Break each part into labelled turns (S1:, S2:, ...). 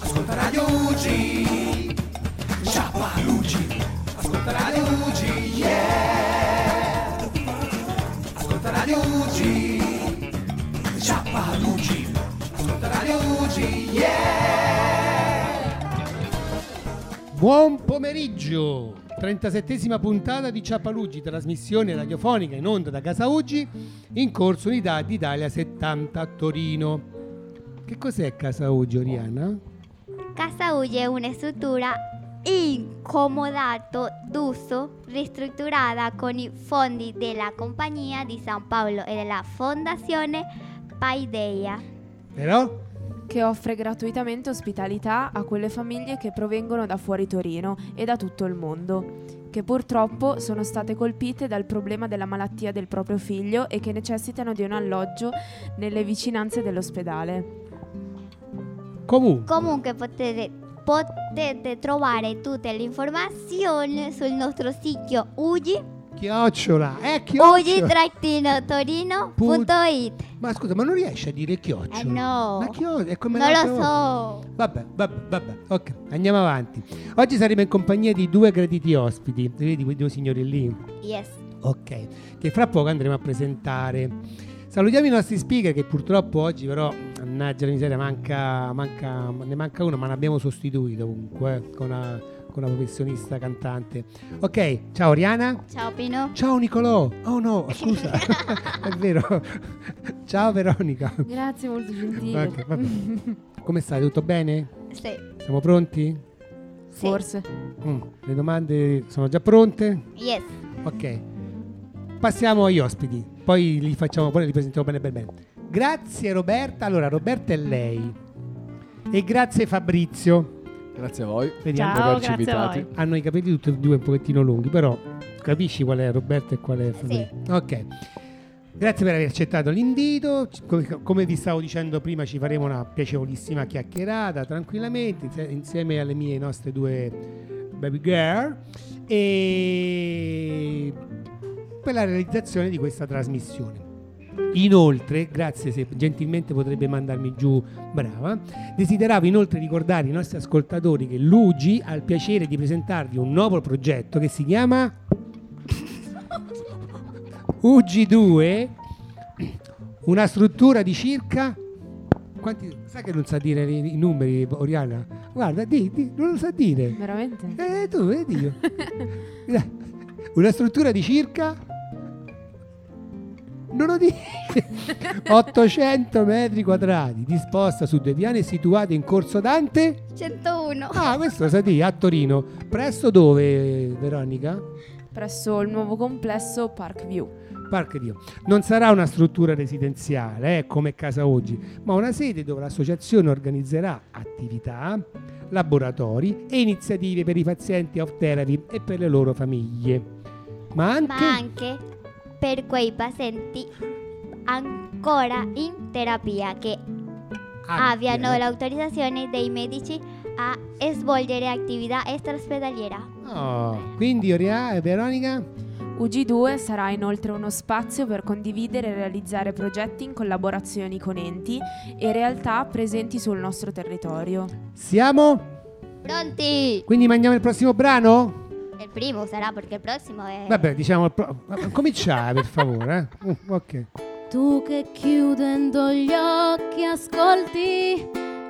S1: Ascolta Radio UG Sciapa UG Ascolta Radio UG Yeah Ascolta Radio UG Sciapa UG Ascolta Radio UG Yeah
S2: Buon pomeriggio! 37esima puntata di Ciapalugi, trasmissione radiofonica in onda da Casa Uggi, in corso unità d'Italia 70 a Torino. Che cos'è Casa Uggi, Oriana?
S3: Casa Uye è una struttura incomodato d'uso ristrutturata con i fondi della Compagnia di San Paolo e della Fondazione Paideia.
S2: Però?
S4: che offre gratuitamente ospitalità a quelle famiglie che provengono da fuori Torino e da tutto il mondo, che purtroppo sono state colpite dal problema della malattia del proprio figlio e che necessitano di un alloggio nelle vicinanze dell'ospedale.
S2: Comunque,
S3: Comunque potete, potete trovare tutte le informazioni sul nostro sito ugi
S2: chiocciola, eh, chiocciola!
S3: ugi-torino.it.
S2: Ma scusa, ma non riesci a dire chiocciola?
S3: Eh no.
S2: Ma chiocciola, è come
S3: Non
S2: l'altra
S3: lo
S2: volta.
S3: so.
S2: Vabbè, vabbè, vabbè, ok, andiamo avanti. Oggi saremo in compagnia di due graditi ospiti, vedi quei due signori lì?
S3: Yes.
S2: Ok, che fra poco andremo a presentare. Salutiamo i nostri speaker che purtroppo oggi però, mannaggia la miseria, manca, manca- ne manca uno, ma ne abbiamo sostituito comunque eh, con una, con una professionista cantante. Ok, ciao Oriana.
S3: Ciao Pino.
S2: Ciao Nicolò. Oh no, scusa. È vero. Ciao Veronica.
S4: Grazie, molto gentile.
S2: Ok, vabbè. Come stai? Tutto bene?
S3: Sì.
S2: Siamo pronti?
S3: sì.
S4: Forse.
S2: Mm, le domande sono già pronte?
S3: Yes.
S2: Ok, passiamo agli ospiti, poi li facciamo, poi li presentiamo bene bene bene. Grazie Roberta, allora Roberta è lei e grazie Fabrizio.
S5: Grazie a voi
S2: Vediamo,
S5: per
S6: Ciao,
S5: averci
S6: grazie a
S5: invitati.
S6: voi.
S2: hanno i capelli tutti e due un pochettino lunghi, però capisci qual è Roberta e qual è Fabrizio. Ok. Grazie per aver accettato l'invito, Ci- come, come vi stavo dicendo prima ci faremo una piacevolissima chiacchierata tranquillamente inse- insieme alle mie nostre due baby girl e per la realizzazione di questa trasmissione. Inoltre, grazie se gentilmente potrebbe mandarmi giù, brava, desideravo inoltre ricordare ai nostri ascoltatori che Luigi ha il piacere di presentarvi un nuovo progetto che si chiama UG2, una struttura di circa... Quanti... Sai che non sa dire i, i numeri, Oriana? Guarda, di, di, non lo sa dire.
S4: Veramente?
S2: Eh, tu vedi io. Dai, Una struttura di circa. Non lo dico. 800 metri quadrati, disposta su due piani e situata in Corso Dante.
S3: 101.
S2: Ah, questo lo sa dire, a Torino. Presso dove, Veronica?
S4: Presso il nuovo complesso Parkview.
S2: Parco Dio. Non sarà una struttura residenziale eh, come casa oggi, ma una sede dove l'associazione organizzerà attività, laboratori e iniziative per i pazienti off therapy e per le loro famiglie. Ma anche,
S3: ma anche per quei pazienti ancora in terapia che
S2: Ah,
S3: abbiano l'autorizzazione dei medici a svolgere attività extraospedaliera.
S2: Oh, quindi Oriana e Veronica?
S4: UG2 sarà inoltre uno spazio per condividere e realizzare progetti in collaborazioni con enti e realtà presenti sul nostro territorio.
S2: Siamo?
S3: Pronti?
S2: Quindi mandiamo il prossimo brano?
S3: Il primo sarà perché il prossimo è...
S2: Vabbè, diciamo il pro- cominciare per favore, eh. Uh, ok.
S6: Tu che chiudendo gli occhi ascolti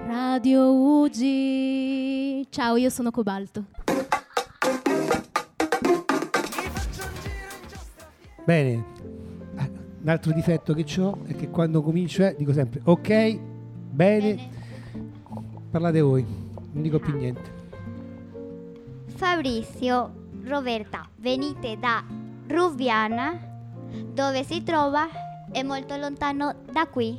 S6: Radio UG. Ciao, io sono Cobalto.
S2: Bene. Ah, Un altro difetto che ho è che quando comincio eh, dico sempre ok, bene,
S3: Bene.
S2: parlate voi, non dico più niente.
S3: Fabrizio, Roberta, venite da Rubiana, dove si trova è molto lontano da qui.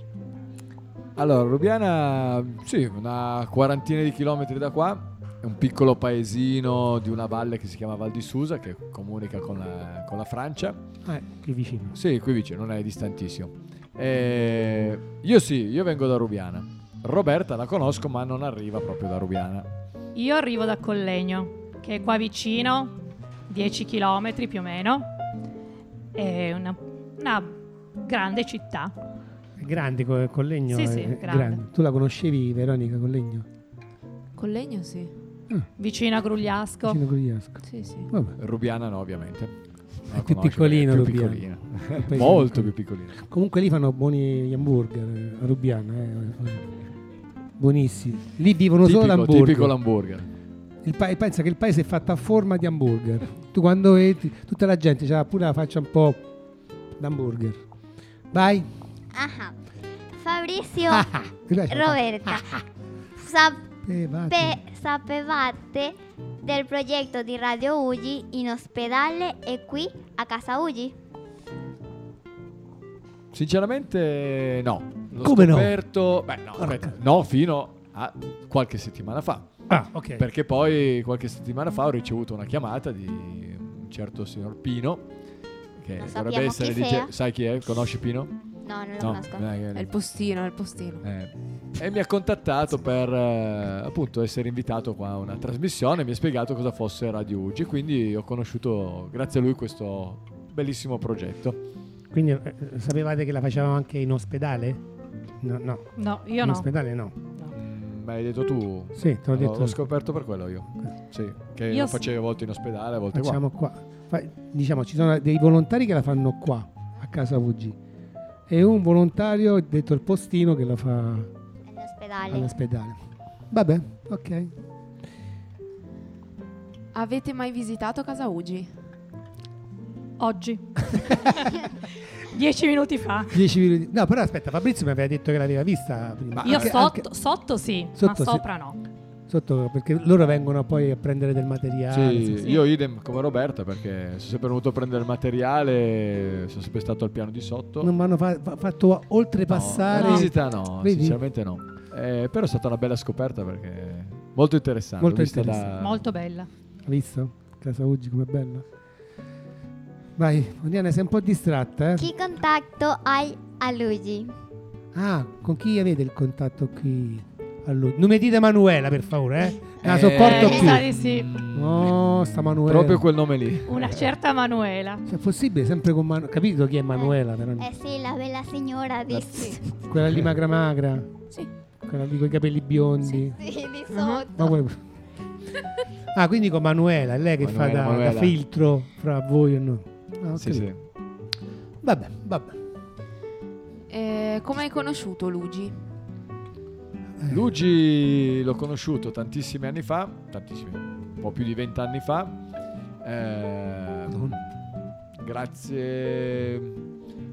S5: Allora, Rubiana, sì, una quarantina di chilometri da qua. È un piccolo paesino di una valle che si chiama Val di Susa, che comunica con la, con la Francia.
S2: Ah, è qui vicino.
S5: Sì, qui vicino, non è distantissimo. Eh, io sì, io vengo da Rubiana. Roberta la conosco, ma non arriva proprio da Rubiana.
S7: Io arrivo da Collegno, che è qua vicino, 10 km più o meno. È una, una grande città.
S2: È grande co- eh, Collegno.
S7: Sì,
S2: è-
S7: sì,
S2: è
S7: grande.
S2: Tu la conoscevi Veronica Collegno?
S4: Col legno sì.
S7: vicino a Grugliasco.
S2: Vicino Grugliasco.
S4: Sì, sì.
S2: Vabbè.
S5: Rubiana no, ovviamente.
S2: È più piccolino
S5: più
S2: Rubiana.
S5: piccolina.
S2: Un paese
S5: Molto
S2: piccolo.
S5: più piccolina.
S2: Comunque lì fanno buoni gli hamburger eh, a Rubiana, eh. buonissimi. Lì vivono
S5: Tipico,
S2: solo hamburger.
S5: tipico l'hamburger.
S2: Il pa- pensa che il paese è fatto a forma di hamburger. Tu quando entri, tutta la gente ha pure la faccia un po' d'hamburger. Vai. Ah,
S3: Ajá. Fabricio
S2: Roberto.
S3: Roberta. Sa-
S2: Pe-
S3: pe- sapevate del progetto di Radio Ugi in ospedale e qui a casa Ugi?
S5: Sinceramente no. L'ho
S2: Come no?
S5: scoperto- Beh, no, aspetta, no, fino a qualche settimana fa.
S2: ah, ok.
S5: Perché poi qualche settimana fa ho ricevuto una chiamata di un certo signor Pino. Che
S3: Non
S5: dovrebbe
S3: sappiamo
S5: essere
S3: chi eh?
S5: di
S3: sia.
S5: Sai chi è? Conosci Pino?
S3: No, non lo conosco.
S5: eh,
S4: È il postino, è il postino.
S5: eh, e mi ha contattato per eh, appunto essere invitato qua a una trasmissione. Mi ha spiegato cosa fosse Radio Ugi. Quindi ho conosciuto, grazie a lui, questo bellissimo progetto.
S2: Quindi eh, sapevate che la facevamo anche in ospedale? No, no,
S7: No, io
S2: in
S7: no.
S2: ospedale no.
S5: Mm, Ma hai detto tu?
S2: Sì, te l'ho
S5: L'ho,
S2: detto.
S5: l'ho scoperto per quello io. Sì, che
S7: Io
S5: lo
S7: s-
S5: facevo a volte in ospedale, a volte
S2: Facciamo qua. Fa- diciamo, ci sono dei volontari che la fanno qua, a casa UG. E un volontario, detto il postino, che la fa
S3: En ospedale.
S2: all'ospedale. Vabbè, ok.
S4: Avete mai visitato Casa Ugi?
S7: Oggi. Dieci minuti fa.
S2: 10 minuti. No, però aspetta, Fabrizio mi aveva detto che l'aveva vista prima.
S5: Ma
S7: Io
S2: Anche-
S7: sotto,
S2: anche
S7: sotto sì, ma
S2: Sotto sì.
S7: sopra no.
S2: sotto, perché loro vengono poi a prendere del
S5: qua.
S2: materiale.
S5: Sì,
S2: sì, sì.
S5: io idem come Roberta perché sono sempre venuto a prendere il materiale, sono sempre stato al piano di sotto.
S2: Non mi hanno fa- fa- fatto oltrepassare.
S5: No, la visita no,
S2: Vedi?
S5: sinceramente no. Eh, però è stata una bella scoperta perché molto interessante.
S2: Molto
S5: vista da-
S2: Ah.
S7: Molto bella.
S2: Hai visto? Casa Uggi com'è bella. Vai, Oriana, sei un po' distratta, eh?
S3: ¿Qué contacto hay a Luigi?
S2: Ah, con chi avete il contatto qui? Allora, non mi dite Manuela, per favore, eh? La
S5: Eh,
S2: sopporto
S7: Eh, mi sa
S2: più.
S7: di sì.
S2: No, eh. sta Manuela.
S5: Proprio quel nome lì.
S7: Una certa Manuela.
S2: Se è possibile, sempre con Manuela. Capito chi è Manuela, però?
S3: Eh sí, la bella señora, dice.
S2: Quella lì magra magra,
S4: Sì.
S2: quella lì con i capelli biondi.
S3: Sí, dice
S4: Ajá.
S2: Ma quella- Ah, quindi con Manuela, è lei che fa
S5: Manuela,
S2: da- da,
S5: Manuela.
S2: filtro fra voi e noi. Ah, ho
S5: Sì,
S2: capito.
S5: sì.
S2: Vabbè, vabbè.
S4: Eh, come hai conosciuto Luigi?
S5: Luigi l'ho conosciuto tantissimi anni fa, tantissimi, un po' più di vent'anni fa. eh, grazie.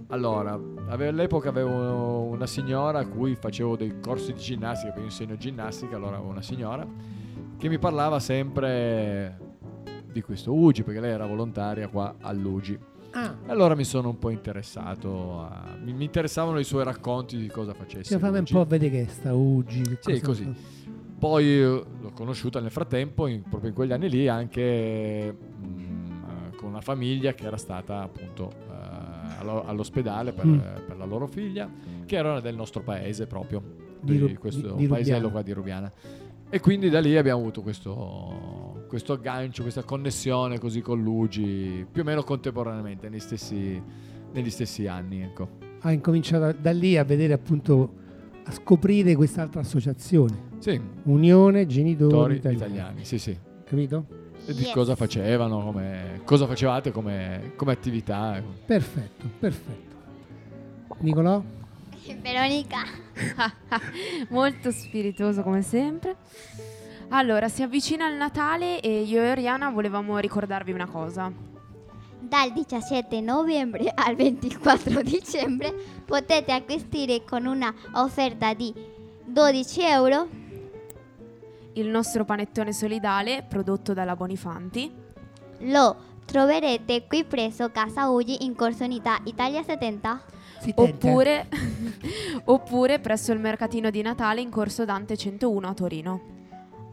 S5: Allora, ave- all'epoca avevo una signora a cui facevo dei corsi di ginnastica, perché io insegno ginnastica, allora avevo una signora che mi parlava sempre di questo Ugi, perché lei era volontaria qua all'Ugi.
S2: Ah,
S5: E Allora mi sono un po' interessato, a- mi, mi interessavano i suoi racconti di cosa facesse.
S2: cioè, fammi un
S5: Luigi.
S2: po' vedere che è sta Uggi. che
S5: Sì, così.
S2: cosa fa.
S5: Poi eh, l'ho conosciuta nel frattempo, in- proprio in quegli anni lì, anche mm, eh, con una famiglia che era stata appunto eh, allo- all'ospedale per,
S2: Mm.
S5: eh, per la loro figlia, che era del nostro paese proprio,
S2: Di
S5: di,
S2: Ru-
S5: questo
S2: di- di Rubiano.
S5: paesello qua di Rubiana. E quindi da lì abbiamo avuto questo, questo aggancio, questa connessione così con Luigi, più o meno contemporaneamente, negli stessi, negli stessi anni. Ecco.
S2: ha incominciato a- da lì a vedere appunto a scoprire quest'altra associazione
S5: Sì,
S2: Unione Genitori
S5: Tori
S2: Italiani,
S5: italiani, sì sì.
S2: capito?
S5: e di
S3: Yes.
S5: cosa facevano, come, cosa facevate come, come attività. ecco.
S2: perfetto perfetto Nicolò
S3: Verónica.
S4: Molto spiritoso come sempre. Allora, si avvicina il Natale e io e Oriana volevamo ricordarvi una cosa.
S3: Dal 17 novembre al 24 dicembre potete acquistare con una offerta di 12 euro
S4: Il nostro panettone solidale, prodotto dalla Bonifanti.
S3: Lo troverete qui presso Casa Ugi in Corsonità Italia 70.
S2: si tenta.
S4: Oppure, oppure presso il mercatino di Natale in corso Dante 101 a Torino.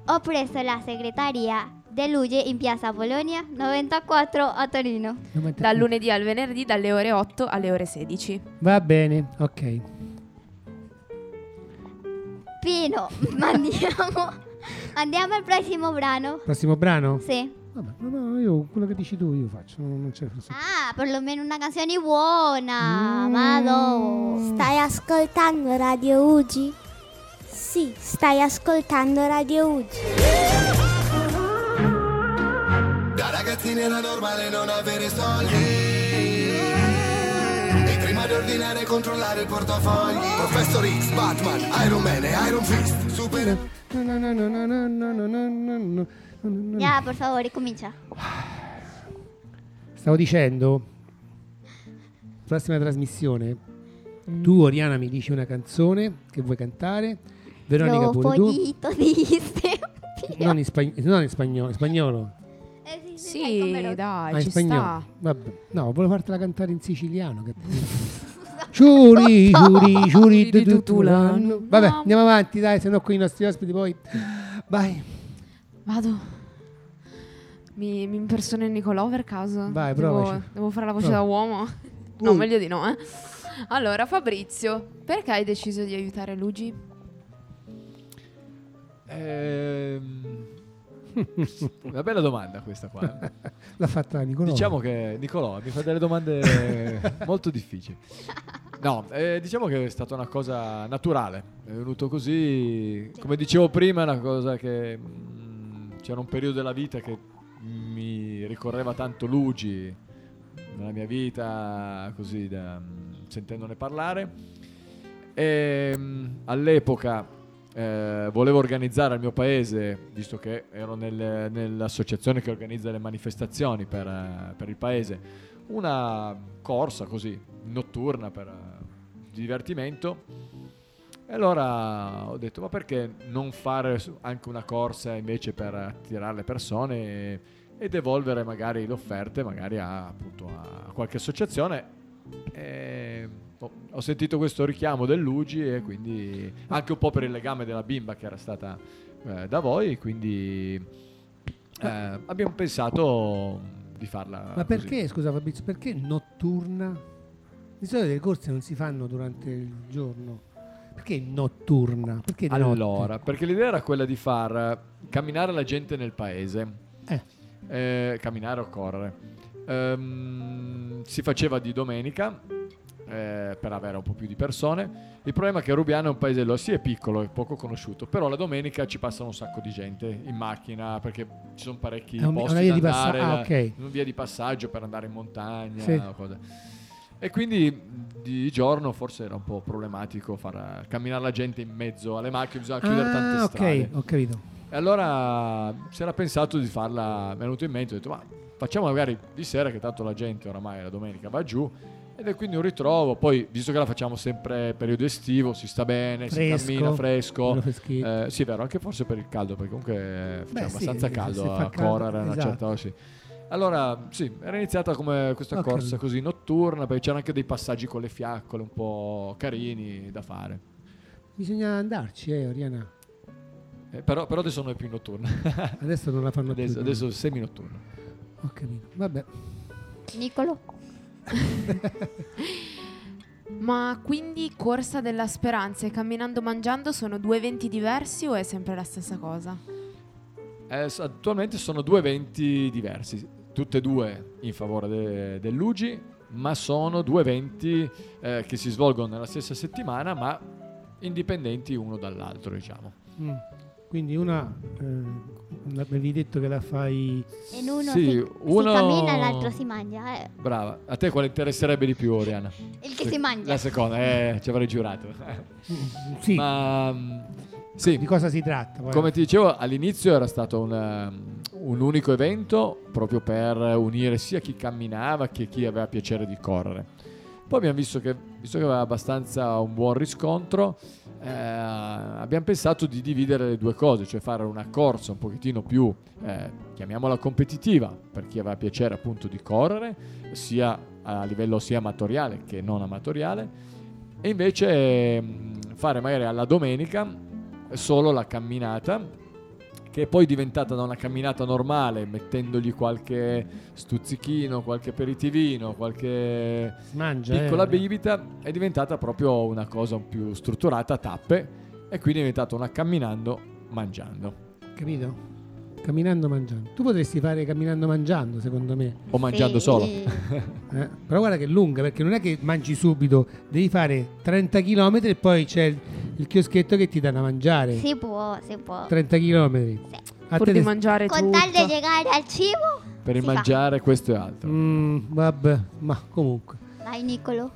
S3: o presso la segretaria de Luge in Piazza Bologna 94 a Torino.
S2: Non mette-
S4: Dal lunedì al venerdì dalle ore 8 alle ore 16.
S2: va bene ok
S3: Pino, mandiamo, mandiamo il prossimo brano.
S2: prossimo brano
S3: Sì.
S2: vabbè no, no, io quello che dici tu io faccio non, non c'è forse-
S3: Ah, perlomeno una canzone
S2: Mm.
S3: buona. Vado.
S8: Stai ascoltando Radio Ugi? Sì, stai ascoltando Radio Ugi.
S1: Da ragazzini era normale non avere soldi. E prima di ordinare controllare il portafoglio. Professor X, Batman, Iron Man e Iron Fist. Super.
S3: Ya, por favor, comincia.
S2: Stavo dicendo, prossima trasmissione, tu Oriana mi dici una canzone che vuoi cantare, Veronica
S3: Los
S2: pure tu,
S3: pollitos, dijiste.
S2: non in, spag- non in spagnolo, in spagnolo.
S3: Eh,
S4: Sì, dai,
S2: Ah,
S4: ci
S2: in spagnolo.
S4: sta.
S2: Vabbè. No, volevo fartela cantare in siciliano. Che... Giuri, giuri, giuri di
S4: Di tutulano.
S2: tutulano. Vabbè,
S4: No.
S2: andiamo avanti, dai, sennò qui i nostri ospiti poi. Vai,
S4: Vado. Mi, mi impersono in Nicolò per caso?
S2: Vai,
S4: devo,
S2: provaci.
S4: devo fare la voce
S2: Prova.
S4: da uomo? No, meglio di no, eh. Allora, Fabrizio, perché hai deciso di aiutare Luigi?
S5: Ehm, Una bella domanda questa qua.
S2: l'ha fatta Nicolò.
S5: Diciamo che Nicolò mi fa delle domande molto difficili. No, eh, diciamo che è stata una cosa naturale, è venuto così, come dicevo prima, è una cosa che mm, c'era un periodo della vita che mi ricorreva tanto Luigi nella mia vita, così da, mm, sentendone parlare. E mm, all'epoca eh, volevo organizzare al mio paese, visto che ero nel- nell'associazione che organizza le manifestazioni per, eh, per il paese, una corsa così notturna per eh, divertimento. E allora ho detto, ma perché non fare su- anche una corsa invece per attirare le persone e- ed evolvere magari le offerte magari a, appunto, a qualche associazione? E ho- ho sentito questo richiamo dell'Ugi e quindi anche un po' per il legame della bimba che era stata eh, da voi, quindi eh, abbiamo pensato di farla.
S2: Ma
S5: Ah, così.
S2: perché, scusa Fabrizio, perché notturna? Di solito le corse non si fanno durante il giorno. Perché notturna? Perché di notte?
S5: Allora, perché l'idea era quella di far camminare la gente nel paese.
S2: Eh.
S5: Eh, camminare o correre. Ehm, si faceva di domenica eh, per avere un po' più di persone. Il problema è che Rubiano è un paesello, sì è piccolo, è poco conosciuto, però la domenica ci passano un sacco di gente in macchina perché ci sono parecchi
S2: È un-
S5: posti
S2: una via
S5: da
S2: di passa-
S5: andare,
S2: ah,
S5: la-
S2: ok.
S5: una via di passaggio per andare in montagna
S2: Sì.
S5: o cose. E quindi di giorno forse era un po' problematico far camminare la gente in mezzo alle macchine, bisogna chiudere tante
S2: Ah, ok,
S5: strade.
S2: ho capito.
S5: E allora si era pensato di farla, mi è venuto in mente, ho detto ma facciamo magari di sera che tanto la gente oramai la domenica va giù ed è quindi un ritrovo, poi visto che la facciamo sempre periodo estivo, si sta bene, si cammina fresco,
S2: bello freschino.
S5: eh, sì, è vero, anche forse per il caldo, perché comunque eh,
S2: Beh,
S5: faceva
S2: sì,
S5: abbastanza
S2: se-
S5: caldo
S2: se
S5: a
S2: fa caldo,
S5: correre a una
S2: esatto.
S5: certa ora, sì. Allora, sì, era iniziata come questa
S2: Ok.
S5: corsa così notturna, poi c'erano anche dei passaggi con le fiaccole un po' carini da fare.
S2: Bisogna andarci, eh, Oriana.
S5: Eh, però, però adesso non è più notturna,
S2: Adesso non la fanno
S5: adesso,
S2: più.
S5: adesso è semi-notturna.
S2: Ho capito. Vabbè.
S3: Nicolo.
S4: Ma quindi corsa della speranza e camminando mangiando sono due eventi diversi o è sempre la stessa cosa?
S5: Eh, s- attualmente sono due eventi diversi, tutte e due in favore de- dell'UGI, ma sono due eventi eh, che si svolgono nella stessa settimana, ma indipendenti uno dall'altro, diciamo.
S2: Mm. Quindi una, eh, l'avevi detto che la fai...
S3: En uno
S5: Sì,
S3: si,
S5: uno-
S3: si camina, el otro si mangia. eh.
S5: Brava, a te quale interesserebbe di più, Oriana?
S3: El que se mangia.
S5: La seconda, eh, ci avrei giurato.
S2: Mm, Sì,
S5: Ma mm, sì,
S2: di cosa si tratta? poi?
S5: Come ti dicevo, all'inizio era stato un, ehm, un unico evento proprio per unire sia chi camminava che chi aveva piacere di correre. Poi abbiamo visto che, visto che aveva abbastanza un buon riscontro, eh, abbiamo pensato di dividere le due cose, cioè fare una corsa un pochettino più, eh, chiamiamola competitiva, per chi aveva piacere appunto di correre, sia a livello sia amatoriale che non amatoriale, e invece mh, fare magari alla domenica solo la camminata che è poi diventata da una camminata normale mettendogli qualche stuzzichino, qualche aperitivino, qualche
S2: Si mangia,
S5: piccola
S2: eh.
S5: bibita è diventata proprio una cosa più strutturata a tappe e quindi è diventata una camminando mangiando
S2: Capito? Camminando mangiando. Tu potresti fare camminando mangiando, secondo me.
S5: o mangiando
S3: Sí.
S5: solo.
S2: eh. Però guarda che è lunga, perché non è che mangi subito, devi fare 30 km e poi c'è il- il chioschetto che ti dà da mangiare.
S3: Si può, si può.
S2: 30 km.
S3: Sì.
S2: A
S4: pur
S2: te
S4: di
S2: te-
S4: mangiare
S3: Con
S4: tutto.
S3: tal di llegare al cibo,
S5: Per
S3: Si fa.
S5: mangiare questo e altro.
S2: Mm, vabbè, ma comunque.
S3: vai Nicolo.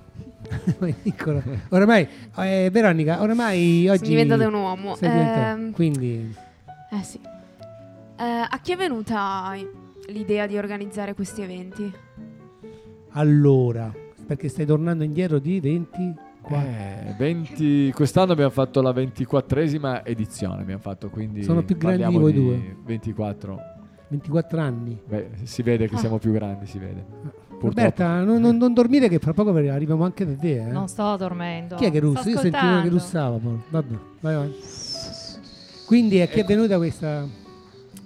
S2: Vai, piccola. Oramai, eh, Veronica, oramai oggi...
S4: Sono diventata un uomo.
S2: sei diventata-
S4: Ehm,
S2: Quindi,
S4: eh sì. Eh, a chi è venuta l'idea di organizzare questi eventi?
S2: allora, perché stai tornando indietro di 20... Qua.
S5: Eh, 20 quest'anno abbiamo fatto la 24esima edizione, abbiamo fatto quindi
S2: Sono più grandi
S5: parliamo
S2: di voi
S5: di 24.
S2: 24 anni.
S5: Beh, si vede che siamo più grandi, si vede. Purtroppo.
S2: Ah. Roberta, non, non- non dormire che fra poco arriviamo anche da te. Eh?
S7: Non sto dormendo.
S2: Chi è che russa?
S7: Sto
S2: Io sentivo che
S7: ascoltando.
S2: russava. poi. Vabbè, vai, vai. Quindi a chi è
S5: Ecco.
S2: venuta questa...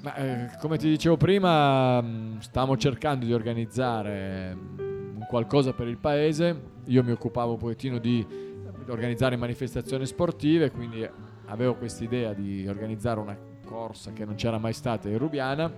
S5: Ma, eh, come ti dicevo prima, mh, stiamo cercando di organizzare mh, un qualcosa per il paese. Io mi occupavo un pochettino di organizzare manifestazioni sportive, quindi avevo questa idea di organizzare una corsa che non c'era mai stata in Rubiana.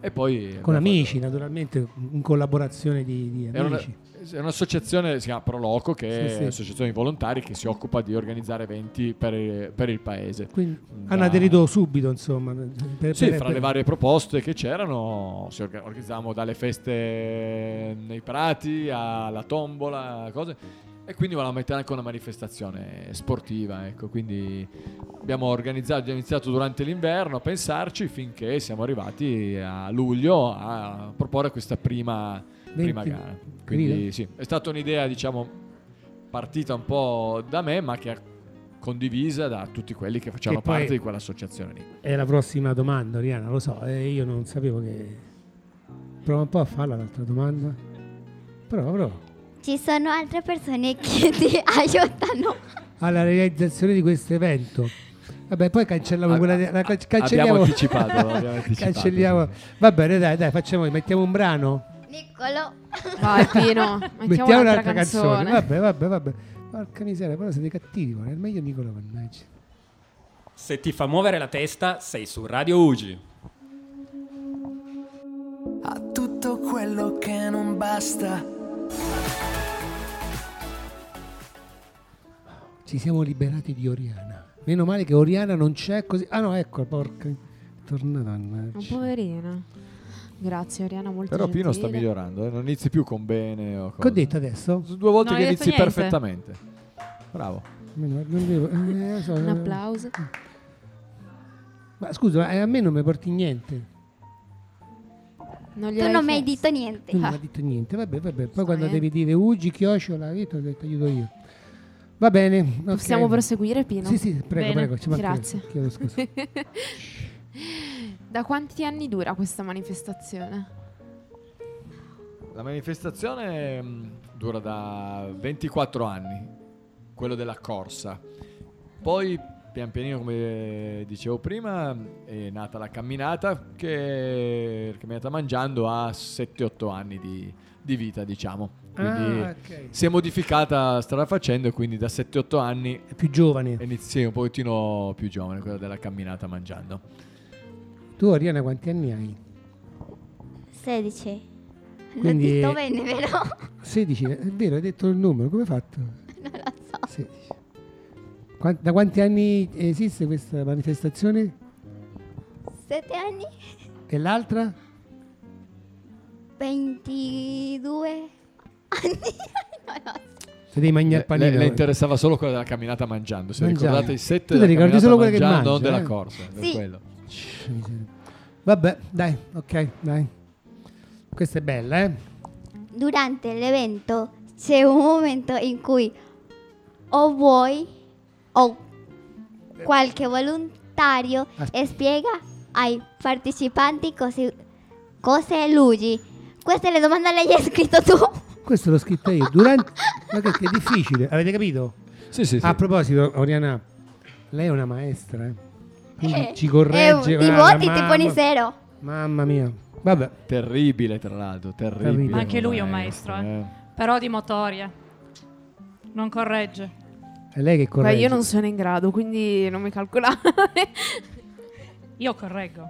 S5: E poi
S2: Con
S5: abbiamo
S2: amici,
S5: fatto-
S2: naturalmente, in collaborazione di, di
S5: Era una-
S2: amici.
S5: è un'associazione, si chiama Proloco, che
S2: Sì,
S5: è
S2: sì.
S5: un'associazione di volontari che si occupa di organizzare eventi per, per il paese.
S2: Quindi
S5: Da-
S2: hanno aderito subito, insomma. per-
S5: Sì,
S2: per-
S5: fra
S2: per-
S5: le varie proposte che c'erano, si orga- organizzavamo dalle feste nei prati alla tombola, cose. E quindi volevamo mettere anche una manifestazione sportiva, ecco. Quindi abbiamo organizzato, abbiamo iniziato durante l'inverno a pensarci finché siamo arrivati a luglio a proporre questa prima, prima
S2: 20.
S5: gara. Quindi sì, è stata un'idea, diciamo, partita un po' da me, ma che è condivisa da tutti quelli che facevano
S2: Che poi-
S5: parte di quell'associazione lì.
S2: È la prossima domanda, Oriana, lo so, eh, io non sapevo che... Prova un po' a farla l'altra domanda. Prova, prova.
S3: Ci sono altre persone che ti aiutano.
S2: Alla realizzazione di questo evento. Vabbè, poi cancelliamo
S5: Ah,
S2: quella...
S5: ah,
S2: la ca-
S5: ah,
S2: cancelliamo.
S5: abbiamo anticipato, abbiamo anticipato,
S2: cancelliamo.
S5: sì.
S2: Va bene, dai, dai, facciamo, mettiamo un brano.
S3: Nicolo.
S4: Vai Pino, mettiamo,
S2: Mettiamo
S4: un'altra,
S2: un'altra canzone.
S4: canzone.
S2: Vabbè, vabbè, vabbè. Porca miseria, però siete cattivi, guarda, è meglio Nicola Mannaggia.
S9: Se ti fa muovere la testa, sei su Radio Ugi.
S1: a tutto quello che non basta.
S2: Ci siamo liberati di Oriana. Meno male che Oriana non c'è così. Ah no, ecco, porca. Tornata
S4: Oh,
S2: mannaggia.
S4: poverina. Grazie Oriana, molto
S5: Però Pino sta
S4: gentile.
S5: migliorando, eh, non inizi più con bene o
S2: Che ho
S5: cose.
S2: detto adesso?
S5: Sono Due volte
S7: Non
S5: che
S7: hai detto
S5: inizi
S7: niente.
S5: perfettamente. Bravo.
S2: Meno- non devo- eh, lo so,
S4: Un
S2: eh.
S4: applauso.
S2: Ma scusa, eh, a me non mi porti niente.
S4: Non
S3: Tu
S4: gliel'hai
S3: non mi hai
S4: chiesto.
S3: detto niente.
S2: Tu non mi hai detto niente. Vabbè, vabbè. Poi quando
S4: eh.
S2: devi dire Ugi, Chiocciola, io ti ho detto aiuto io. Va bene. ok.
S4: Possiamo proseguire Pino?
S2: Sì, sì, prego,
S7: Bene,
S2: prego. ci mancherebbe.
S4: grazie.
S2: Chiedo scusa.
S4: da quanti anni dura questa manifestazione?
S5: La manifestazione mh, dura da 24 anni, quello della corsa. Poi, pian pianino, come dicevo prima, è nata la camminata che che mi è andata mangiando a 7-8 anni di, di vita, diciamo. Quindi
S2: Ah, ok.
S5: si è modificata strada facendo e quindi da 7-8 anni
S2: È più giovane.
S5: inizi un pochettino più giovane, quella della camminata mangiando.
S2: Tu, Oriana, quanti anni hai?
S3: 16. Non
S2: Quindi-
S3: ti sto bene, però.
S2: 16, è vero, hai detto il numero, come hai fatto?
S3: Non lo so.
S2: 16. Quan- da quanti anni esiste questa manifestazione?
S3: 7 anni?
S2: E l'altra?
S3: 22 anni? Non lo so.
S2: Se devi mangiare il
S5: Le- le,
S2: panino.
S5: le interessava solo quella della camminata mangiando. Se
S2: Mangiando.
S5: ricordate i 7
S2: Tu ti
S5: della
S2: ricordi
S5: camminata
S2: solo quella che
S5: mangiando, non
S2: mangia, eh?
S5: della corsa. per
S3: Sì.
S5: quello.
S2: Porca miseria. Vabbè, dai, ok, dai. Questa è bella, eh?
S3: Durante l'evento c'è un momento in cui o voi o qualche volontario
S2: Aspetta.
S3: spiega ai partecipanti così- cos'è l'UGI. Queste le domande le hai scritto tu.
S2: Questo l'ho scritta io. Durante... Ma che che è difficile, avete capito?
S5: Sì, sì, sì.
S2: A proposito, Oriana, lei è una maestra, eh? Quindi
S3: Eh,
S2: ci corregge.
S3: eh, ti
S2: guarda,
S3: voti ti
S2: mamma-
S3: poni zero.
S2: Mamma mia. Vabbè,
S5: Terribile, tra l'altro. Terribile. Eh.
S2: Terribile. Ma
S7: anche lui è un maestro, eh. Però di motoria. Non corregge.
S2: è lei che
S4: Beh,
S2: corregge.
S4: io non sono in grado, quindi non mi calcolare.
S7: Io correggo.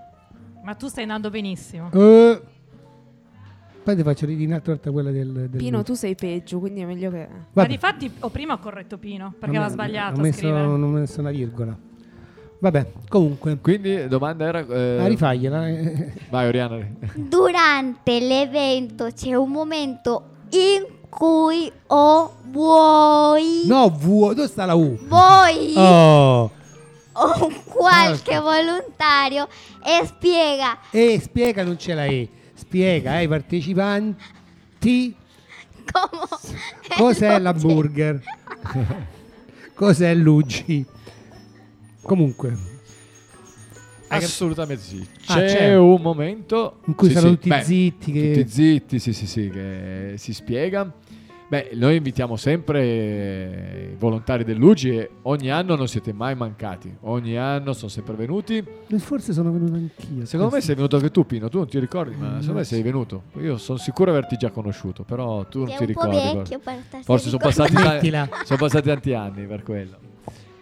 S7: Ma tu stai andando benissimo.
S2: Eh, aspetta, faccio ridere in alto alta quella del, del-
S4: Pino, tu sei peggio, quindi è meglio che...
S7: Ma
S2: Vabbè.
S7: difatti, o prima ho corretto Pino, perché
S2: Non-
S7: aveva sbagliato
S2: ho
S7: a
S2: messo,
S7: scrivere.
S2: Non ho messo una virgola. Vabbè, comunque,
S5: Quindi domanda era... eh,
S2: ah, rifagliela. eh.
S5: vai Oriana.
S3: Durante l'evento c'è un momento in cui o voi,
S2: No, vuo, dove sta la U?
S3: voi
S2: Oh,
S3: o un qualche volontario e spiega
S2: e spiega, non ce la E. Spiega ai partecipanti
S3: come
S2: cos'è l'hamburger, cos'è l'UG. Comunque, Hai cap-
S5: Assolutamente sì.
S2: Ah,
S5: C'è
S2: c'è.
S5: un momento
S2: In cui
S5: sì,
S2: saranno
S5: sì,
S2: tutti zitti, che-
S5: Tutti zitti, sì, sì, sì, che si spiega. Beh, noi invitiamo sempre i volontari dell'UGI e ogni anno non siete mai mancati. Ogni anno sono sempre venuti.
S2: forse sono venuto anch'io.
S5: Secondo me sei venuto anche tu, Pino. Tu non ti ricordi, ma secondo
S2: No.
S5: me sei venuto. Io sono sicuro di averti già conosciuto, però tu non ti
S3: è un po'
S5: ricordi. guarda.
S3: vecchio per starsi
S5: Forse sono passati,
S3: ricordando.
S5: ta-
S2: Smettila.
S5: sono passati tanti anni per quello.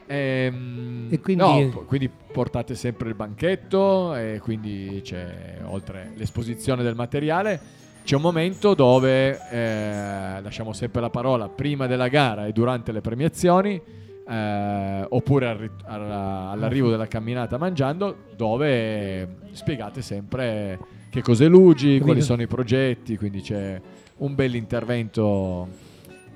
S5: Ehm,
S2: E quindi-
S5: no, po- quindi portate sempre il banchetto e quindi c'è, oltre l'esposizione del materiale, c'è un momento dove eh, lasciamo sempre la parola prima della gara e durante le premiazioni, eh, oppure al rit- alla- all'arrivo della camminata mangiando, dove spiegate sempre che cos'è Lugi, quali
S2: Capito.
S5: sono i progetti, quindi c'è un bel intervento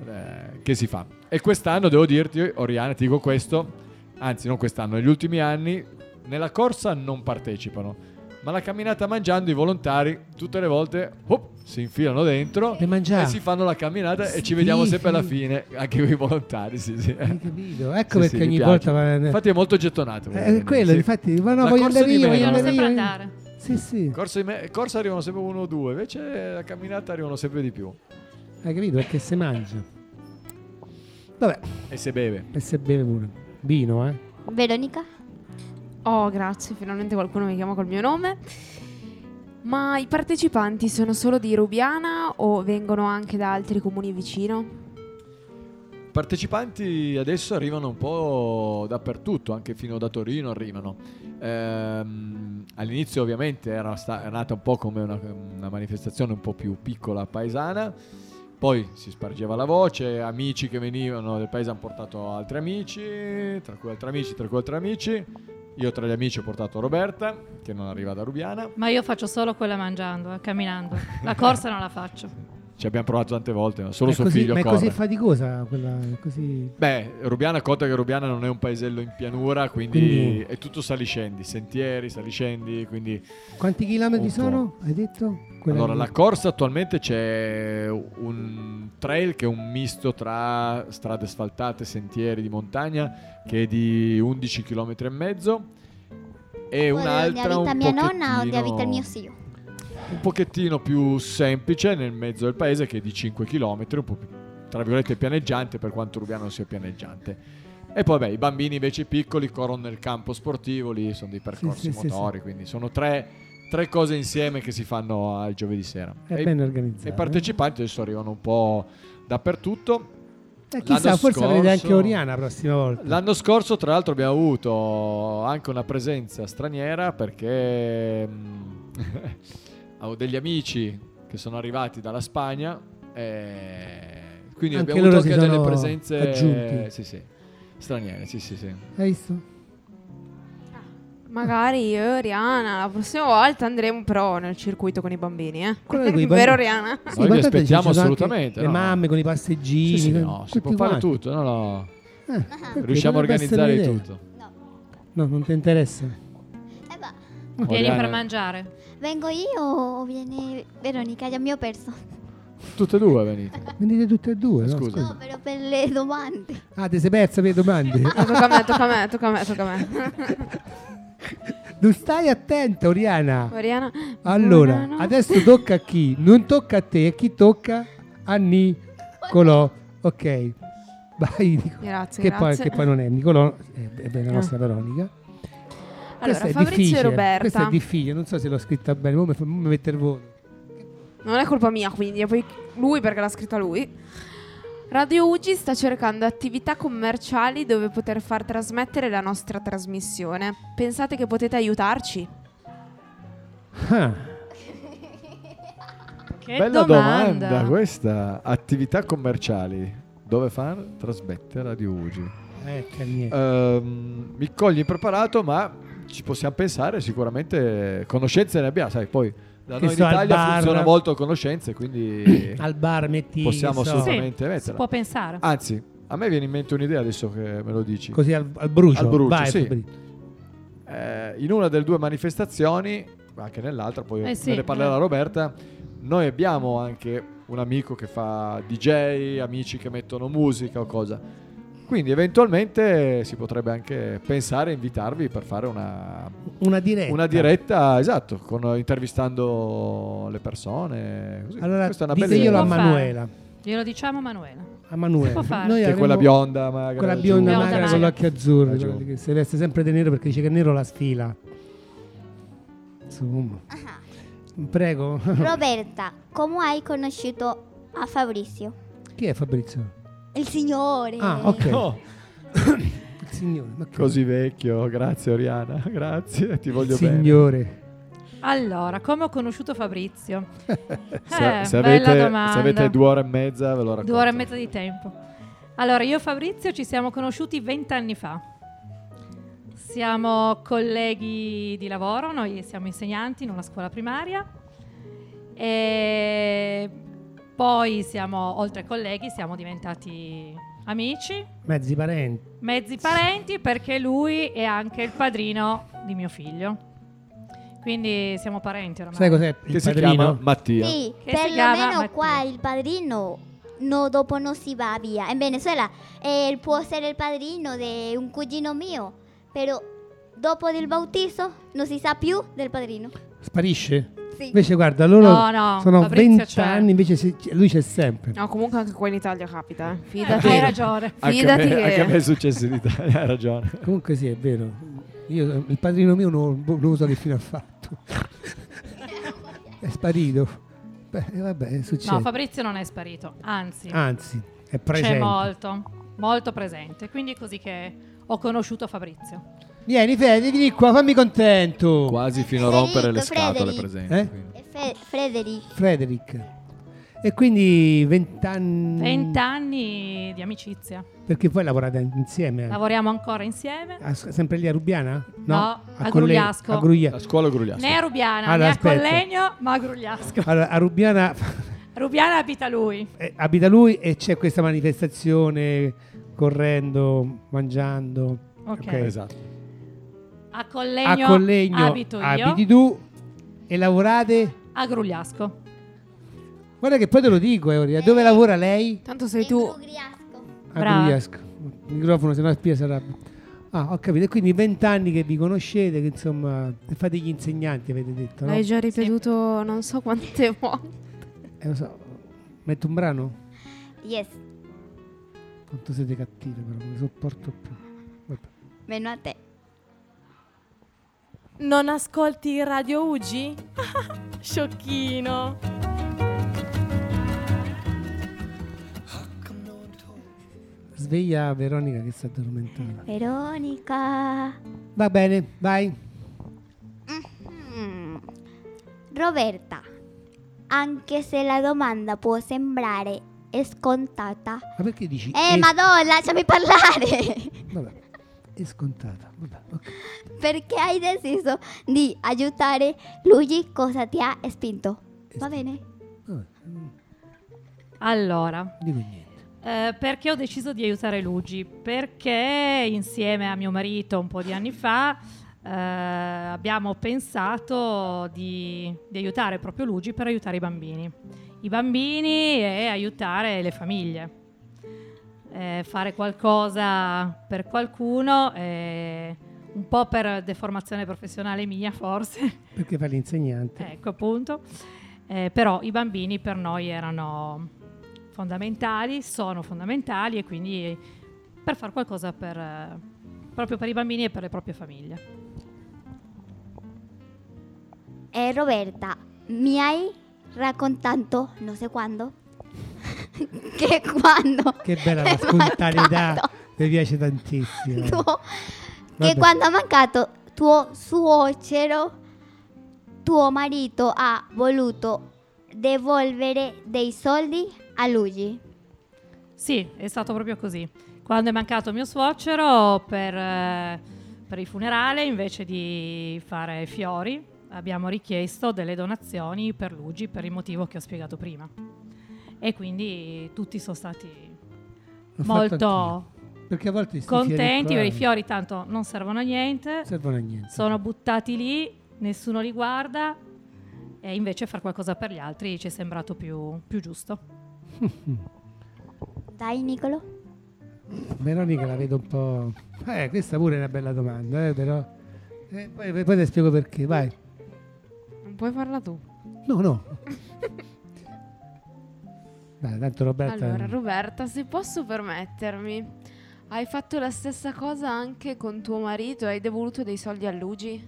S5: eh, che si fa. E quest'anno devo dirti, Oriana, ti dico questo, anzi non quest'anno, negli ultimi anni nella corsa non partecipano, ma la camminata mangiando i volontari tutte le volte hop, si infilano dentro
S2: Le mangiamo.
S5: e Eh, si fanno la camminata e ci
S2: Sì,
S5: vediamo sempre alla
S2: sì.
S5: fine, anche con i volontari, sì, sì.
S2: Hai capito?
S5: Sì,
S2: Ecco
S5: sì,
S2: perché
S5: mi
S2: ogni
S5: piace.
S2: volta va-
S5: Infatti è molto gettonato.
S2: Eh, è quello,
S5: sì.
S2: infatti, ma no,
S5: La
S2: voglio
S5: corsa
S2: andare
S5: di
S2: io,
S5: meno.
S2: voglio
S7: Devono
S2: andare
S7: sempre
S2: io.
S7: andare.
S2: Sì, sì.
S5: Corsa, di me- corsa arrivano sempre uno o due, invece la camminata arrivano sempre di più.
S2: Hai capito? Perché se mangia. Vabbè,
S5: E se beve.
S2: e se beve pure. Vino, eh.
S3: Veronica?
S4: Oh, grazie, finalmente qualcuno mi chiama col mio nome. Ma i partecipanti sono solo di Rubiana o vengono anche da altri comuni vicino?
S5: partecipanti adesso arrivano un po' dappertutto, anche fino da Torino arrivano. Ehm, all'inizio ovviamente era, sta- era nata un po' come una, una manifestazione un po' più piccola paesana, poi si spargeva la voce, amici che venivano del paese hanno portato altri amici, tra cui altri amici, tra cui altri amici. Io tra gli amici ho portato Roberta, che non arriva da Rubiana.
S7: Ma io faccio solo quella mangiando, eh, camminando. La corsa non la faccio.
S5: Ci abbiamo provato tante volte, ma solo
S2: È
S5: suo
S2: così-
S5: figlio
S2: Ma è
S5: corre.
S2: così faticosa quella. è Così...
S5: Beh, Rubiana, conta che Rubiana non è un paesello in pianura, quindi,
S2: Quindi-
S5: è tutto saliscendi, sentieri, saliscendi, quindi...
S2: Quanti chilometri
S5: Un po'.
S2: sono? Hai detto? Quella-
S5: allora, la corsa attualmente c'è un trail che è un misto tra strade asfaltate, sentieri di montagna, che è di 11 km e mezzo, e
S3: Poi
S5: un'altra
S3: Dove abita
S5: un
S3: mia nonna o dove abita il
S5: pochettino-
S3: mio zio?
S5: un pochettino più semplice nel mezzo del paese che è di 5 km, un po' più, tra virgolette pianeggiante per quanto Rubiano non sia pianeggiante. E poi vabbè, i bambini invece piccoli corrono nel campo sportivo, lì sono dei percorsi
S2: sì, sì,
S5: motori, quindi sono tre, tre cose insieme che si fanno al giovedì sera.
S2: È
S5: e, i-
S2: ben
S5: e
S2: organizzata.
S5: i partecipanti adesso arrivano un po' dappertutto.
S2: Eh, chissà,
S5: l'anno
S2: forse avrete
S5: scorso-
S2: anche Oriana la prossima volta.
S5: L'anno scorso, tra l'altro, abbiamo avuto anche una presenza straniera perché mm, ho degli amici che sono arrivati dalla Spagna. E quindi
S2: Anche
S5: abbiamo avuto
S2: loro si
S5: anche delle
S2: sono
S5: presenze
S2: aggiunti.
S5: sì, sì, straniere. Sì, sì, sì.
S2: Hai visto?
S4: Magari io e Oriana, la prossima volta andremo però nel circuito con i bambini, eh?
S2: Quello con i
S4: Vero
S2: bambini.
S4: Oriana?
S5: Noi vi
S2: ma tanto ci
S5: aspettiamo
S2: sono anche
S5: assolutamente,
S2: Le
S5: no?
S2: mamme con i passeggini.
S5: Sì, sì,
S2: con-
S5: no, si può
S2: tutti
S5: fare
S2: quanti.
S5: tutto. no, no.
S2: Eh, perché?
S5: Riusciamo a
S2: Dovrebbe essere
S5: organizzare
S2: un'idea.
S5: tutto.
S2: No, non ti interessa.
S3: Eh, va.
S7: Vieni
S5: Oriana,
S7: per mangiare.
S3: Vengo io o viene Veronica? Ya mi ho perso.
S5: Tutte e due venite.
S2: Venite tutte e due. no?
S5: Scusa.
S3: No, però per le domande.
S2: Ah, ti sei persa per le domande.
S4: No, tocca a me, tocca a me, tocca a me, tocca a me.
S2: non stai attenta, Oriana.
S4: Oriana.
S2: Allora,
S4: Oh, buonanotte.
S2: adesso tocca a chi? Non tocca a te, a chi tocca? A Nicolò. Ok, vai. Nicolò.
S4: Grazie,
S2: che, poi,
S4: grazie.
S2: che poi non è Nicolò, è, è la nostra Veronica.
S4: Allora,
S2: Questa è
S4: Fabrizio e
S2: difficile, Questa
S4: Roberta.
S2: è difficile, non so se l'ho scritta bene, mo mi fa- mo mi mette il voto.
S4: Non è colpa mia, quindi è poi lui perché l'ha scritta lui. Radio Ugi sta cercando attività commerciali dove poter far trasmettere la nostra trasmissione. Pensate
S5: Ah.
S4: che potete aiutarci?
S2: Ah.
S7: Che
S5: Bella
S6: domanda.
S5: domanda. questa. Attività commerciali. Dove far? Trasmette Radio Ugi.
S2: Eh, che niente.
S5: Ehm, mi coglie impreparato, ma ci possiamo pensare sicuramente. Conoscenze ne abbiamo, sai, poi da
S2: Che
S5: noi in
S2: so, al
S5: Italia
S2: bar.
S5: funziona molto conoscenze, quindi
S2: Al bar metti
S5: possiamo
S2: che so,
S7: Sì,
S5: assolutamente
S7: si
S5: metterla.
S7: può pensare.
S2: Ah.
S5: Anzi, a me viene in mente un'idea adesso che me lo dici.
S2: così al, al brucio.
S5: Al brucio,
S2: Vai,
S5: sì.
S2: Fabrizio.
S5: Eh, in una delle due manifestazioni, ma anche nell'altra, poi
S7: Eh sì,
S5: me ne parlerà
S7: eh.
S5: Roberta, noi abbiamo anche un amico che fa DJ, amici che mettono musica o cosa. Quindi eventualmente si potrebbe anche pensare a invitarvi per fare una,
S2: Una diretta.
S5: una diretta, esatto, con- intervistando le persone. Così.
S2: Allora,
S5: Questa è una bella
S2: diteglielo
S5: idea.
S2: a
S7: Si può
S2: Manuela.
S7: Glielo diciamo a Manuela.
S2: A Manuela.
S7: Si può fare.
S2: Noi
S5: Che è
S2: avremo
S5: quella bionda, magari.
S2: Quella bionda
S5: giù. Ah,
S7: Bionda
S2: magra
S7: magra.
S2: con gli occhi azzurri,
S5: Ragione.
S2: quella che si veste sempre di nero perché dice che il nero la sfila. Insomma. Prego,
S3: Roberta, come hai conosciuto a Fabrizio?
S2: chi è Fabrizio?
S3: Il signore.
S2: Ah, ok.
S5: Oh,
S2: Il signore, ma che-
S5: così vecchio, grazie Oriana, grazie, ti voglio bene.
S2: Signore.
S7: Allora, come ho conosciuto Fabrizio?
S5: Se,
S7: Eh,
S5: se
S7: bella
S5: avete,
S7: domanda.
S5: se avete due ore e mezza, ve lo racconto.
S7: Due ore e mezza di tempo. Allora, io e Fabrizio ci siamo conosciuti vent'anni fa. Siamo colleghi di lavoro, noi siamo insegnanti in una scuola primaria e poi siamo, oltre colleghi, siamo diventati amici,
S2: Mezzi parenti.
S7: mezzi parenti perché lui è anche il padrino di mio figlio. Quindi siamo parenti ormai.
S2: Sai cos'è il
S5: Che si chiama
S2: padrino?
S5: Mattia.
S3: Sì,
S7: Che si chiama
S3: perlomeno
S7: Mattia.
S3: qua il padrino no, dopo non si va via. In Venezuela eh, può essere il padrino di un cugino mio, però dopo il bautizzo non si sa più del padrino.
S2: Sparisce?
S3: Sì.
S2: Invece guarda, loro
S7: No, no,
S2: sono
S7: Fabrizio
S2: 20
S7: c'è.
S2: anni, invece si- lui c'è sempre.
S4: No, comunque anche qua in Italia capita. eh.
S7: Eh,
S4: Fidati.
S7: hai ragione.
S5: Anche, a
S4: Fidati
S5: me,
S4: che-
S5: anche a me è successo in Italia, hai ragione.
S2: Comunque sì, è vero. Io, il padrino mio non, boh, non lo so che fine ha fatto. è sparito. Beh, vabbè, succede.
S7: No, Fabrizio non è sparito, anzi,
S2: Anzi, è Ah, presente.
S7: c'è molto, molto presente. Quindi è così che ho conosciuto Fabrizio.
S2: Vieni Fede, vieni qua, fammi contento.
S5: Quasi fino a
S3: Federico,
S5: rompere
S7: ecco,
S5: le scatole,
S3: Frederick.
S5: presenti.
S2: Eh?
S5: quindi.
S3: E Fe- Frederick.
S2: Frederick. E quindi vent'anni...
S7: Vent'anni di amicizia.
S2: Perché voi lavorate insieme?
S7: Lavoriamo ancora insieme.
S2: A- sempre lì a Rubiana?
S7: No, a
S2: Colle-
S7: Grugliasco.
S2: A, Gruglia-
S5: La scuola grugliasca.
S7: Né a Rubiana,
S2: Allora,
S7: né a
S2: aspetta.
S7: Collegno, ma a Grugliasco.
S2: Allora, a Rubiana
S7: Rubiana abita lui.
S2: eh, abita lui e c'è questa manifestazione correndo, mangiando.
S7: Ok.
S5: Esatto.
S7: A
S2: A
S7: Collegno,
S2: Collegno
S7: abito io.
S2: abiti tu e lavorate...
S7: A Grugliasco.
S2: Guarda che poi te lo dico, Euria. Dove lavora lei?
S4: Tanto sei tu.
S2: A
S7: Brava.
S2: Grugliasco. Il microfono, se no spia sarà... Ah, ho capito. E quindi vent'anni che vi conoscete, che insomma... Fate gli insegnanti, avete detto, no?
S4: L'hai già ripetuto non so quante volte.
S2: Eh, lo so. Metto un brano?
S3: Yes,
S2: Quanto siete cattivi, però non vi sopporto più. Vabbè.
S3: meno a te.
S10: Non ascolti Radio Ugi? Sciocchino.
S2: Sveglia Veronica che sta addormentando.
S3: Veronica.
S2: Va bene, vai.
S3: Mm. Roberta, anche se la domanda può sembrare scontata.
S2: Ma perché dici?
S3: Eh,
S2: è-
S3: madonna, lasciami parlare!
S2: Vabbè, è scontata. Vabbè, ok.
S3: Perché hai deciso di aiutare Luigi? Cosa ti ha spinto? Va bene?
S2: Vabbè, non
S7: Allora,
S2: dico niente.
S7: Eh, perché ho deciso di aiutare Luigi? Perché insieme a mio marito un po' di anni fa eh, abbiamo pensato di, di aiutare proprio Luigi per aiutare i bambini. I bambini e aiutare le famiglie. Eh, fare qualcosa per qualcuno, eh, un po' per deformazione professionale mia forse.
S2: Perché fa l'insegnante?
S7: Ecco appunto. Eh, però i bambini per noi erano fondamentali, sono fondamentali e quindi per fare qualcosa per, eh, proprio per i bambini e per le proprie famiglie.
S3: Eh, Roberta, mi hai raccontato, non so quando, che quando...
S2: Che bella la
S3: è
S2: spontaneità,
S3: mancato
S2: mi piace tantissimo.
S3: tuo-
S2: Vabbè.
S3: che quando ha mancato tuo suocero, tuo marito ha voluto devolvere dei soldi a Luigi.
S7: Sì, è stato proprio così. Quando è mancato mio suocero per, eh, per il funerale, invece di fare fiori, abbiamo richiesto delle donazioni per Luigi per il motivo che ho spiegato prima. E quindi tutti sono stati
S2: L'ho fatto
S7: molto
S2: anch'io. Perché a volte sti fiori
S7: contenti
S2: qua
S7: per i fiori, tanto non servono a niente.
S2: non servono a niente.
S7: sono buttati lì, nessuno li guarda e invece far qualcosa per gli altri ci è sembrato più, più giusto.
S3: Dai Nicolo.
S2: Veronica la vedo un po'. Eh, questa pure è una bella domanda, eh, però. Eh, poi, poi ti spiego perché, vai.
S4: Non puoi farla tu.
S2: No, no. Dai, tanto Roberta.
S4: Allora, Roberta, se posso permettermi, hai fatto la stessa cosa anche con tuo marito? Hai devoluto dei soldi a Luigi?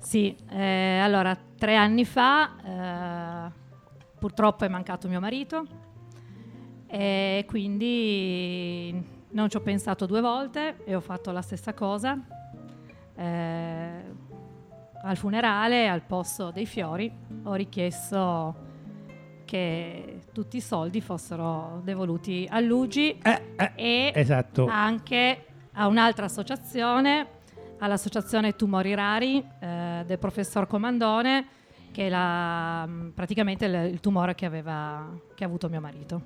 S7: Sì, eh, allora tre anni fa eh, purtroppo è mancato mio marito e quindi non ci ho pensato due volte e ho fatto la stessa cosa. Eh, al funerale, al posto dei fiori, ho richiesto che tutti i soldi fossero devoluti a Luigi
S2: Eh, eh,
S7: e
S2: esatto.
S7: Ah, anche a un'altra associazione, all'associazione Tumori Rari eh, del professor Comandone, che è la- mh, praticamente il, il tumore che, aveva, che ha avuto mio marito.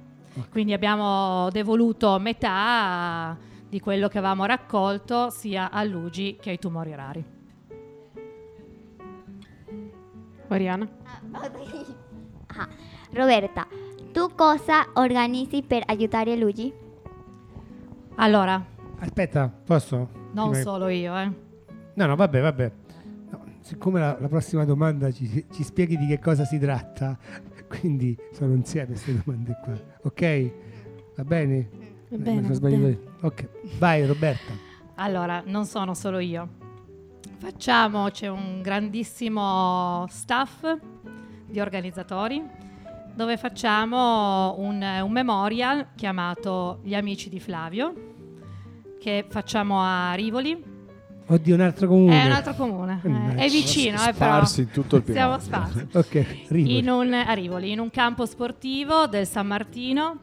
S7: Quindi abbiamo devoluto metà di quello che avevamo raccolto sia a Luigi che ai tumori rari.
S4: Oriana?
S3: Ah, Roberta, tu cosa organizzi per aiutare Luigi?
S7: Allora,
S2: Aspetta, posso? Prima
S7: non
S2: che-
S7: solo io, eh.
S2: No, no, vabbè, vabbè. No, siccome la, la prossima domanda ci, ci spieghi di che cosa si tratta, quindi sono insieme queste domande qua. Ok? Va bene?
S4: Va
S2: Eh,
S4: bene,
S2: mi sono
S4: va
S2: sbagliato
S4: bene.
S2: io. Ok, vai Roberta.
S7: Allora, non sono solo io. Facciamo, c'è un grandissimo staff di organizzatori dove facciamo un, un memorial chiamato Gli amici di Flavio che facciamo a Rivoli.
S2: Oddio, un altro comune.
S7: È un altro comune, eh,
S2: Mannaggia.
S7: è vicino, eh, però.
S5: Sparsi in tutto il
S7: Siamo
S5: piano.
S7: sparsi.
S2: Ok, Rivoli.
S7: In un, a Rivoli, in un campo sportivo del San Martino,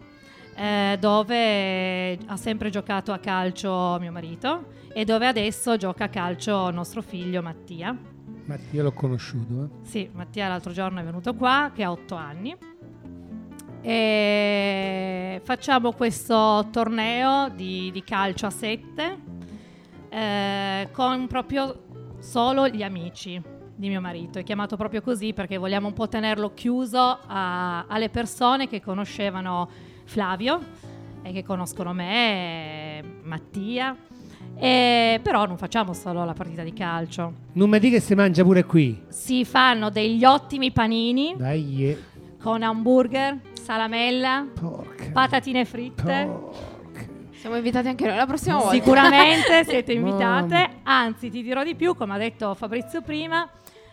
S7: eh, dove ha sempre giocato a calcio mio marito e dove adesso gioca a calcio nostro figlio Mattia.
S2: Ma io l'ho conosciuto, eh.
S7: Sì, Mattia l'altro giorno è venuto qua, che ha otto anni. E facciamo questo torneo di, di calcio a sette eh, con proprio solo gli amici di mio marito. È chiamato proprio così perché vogliamo un po' tenerlo chiuso a- alle persone che conoscevano Flavio e che conoscono me, e Mattia. E però non facciamo solo la partita di calcio
S2: Non mi dica che si mangia pure qui.
S7: si fanno degli ottimi panini
S2: Dai, eh.
S7: con hamburger, salamella,
S2: porca.
S7: patatine fritte.
S2: porca.
S4: Siamo invitati anche noi la prossima volta.
S7: Sicuramente siete
S2: Mamma.
S7: invitate, anzi ti dirò di più, come ha detto Fabrizio prima,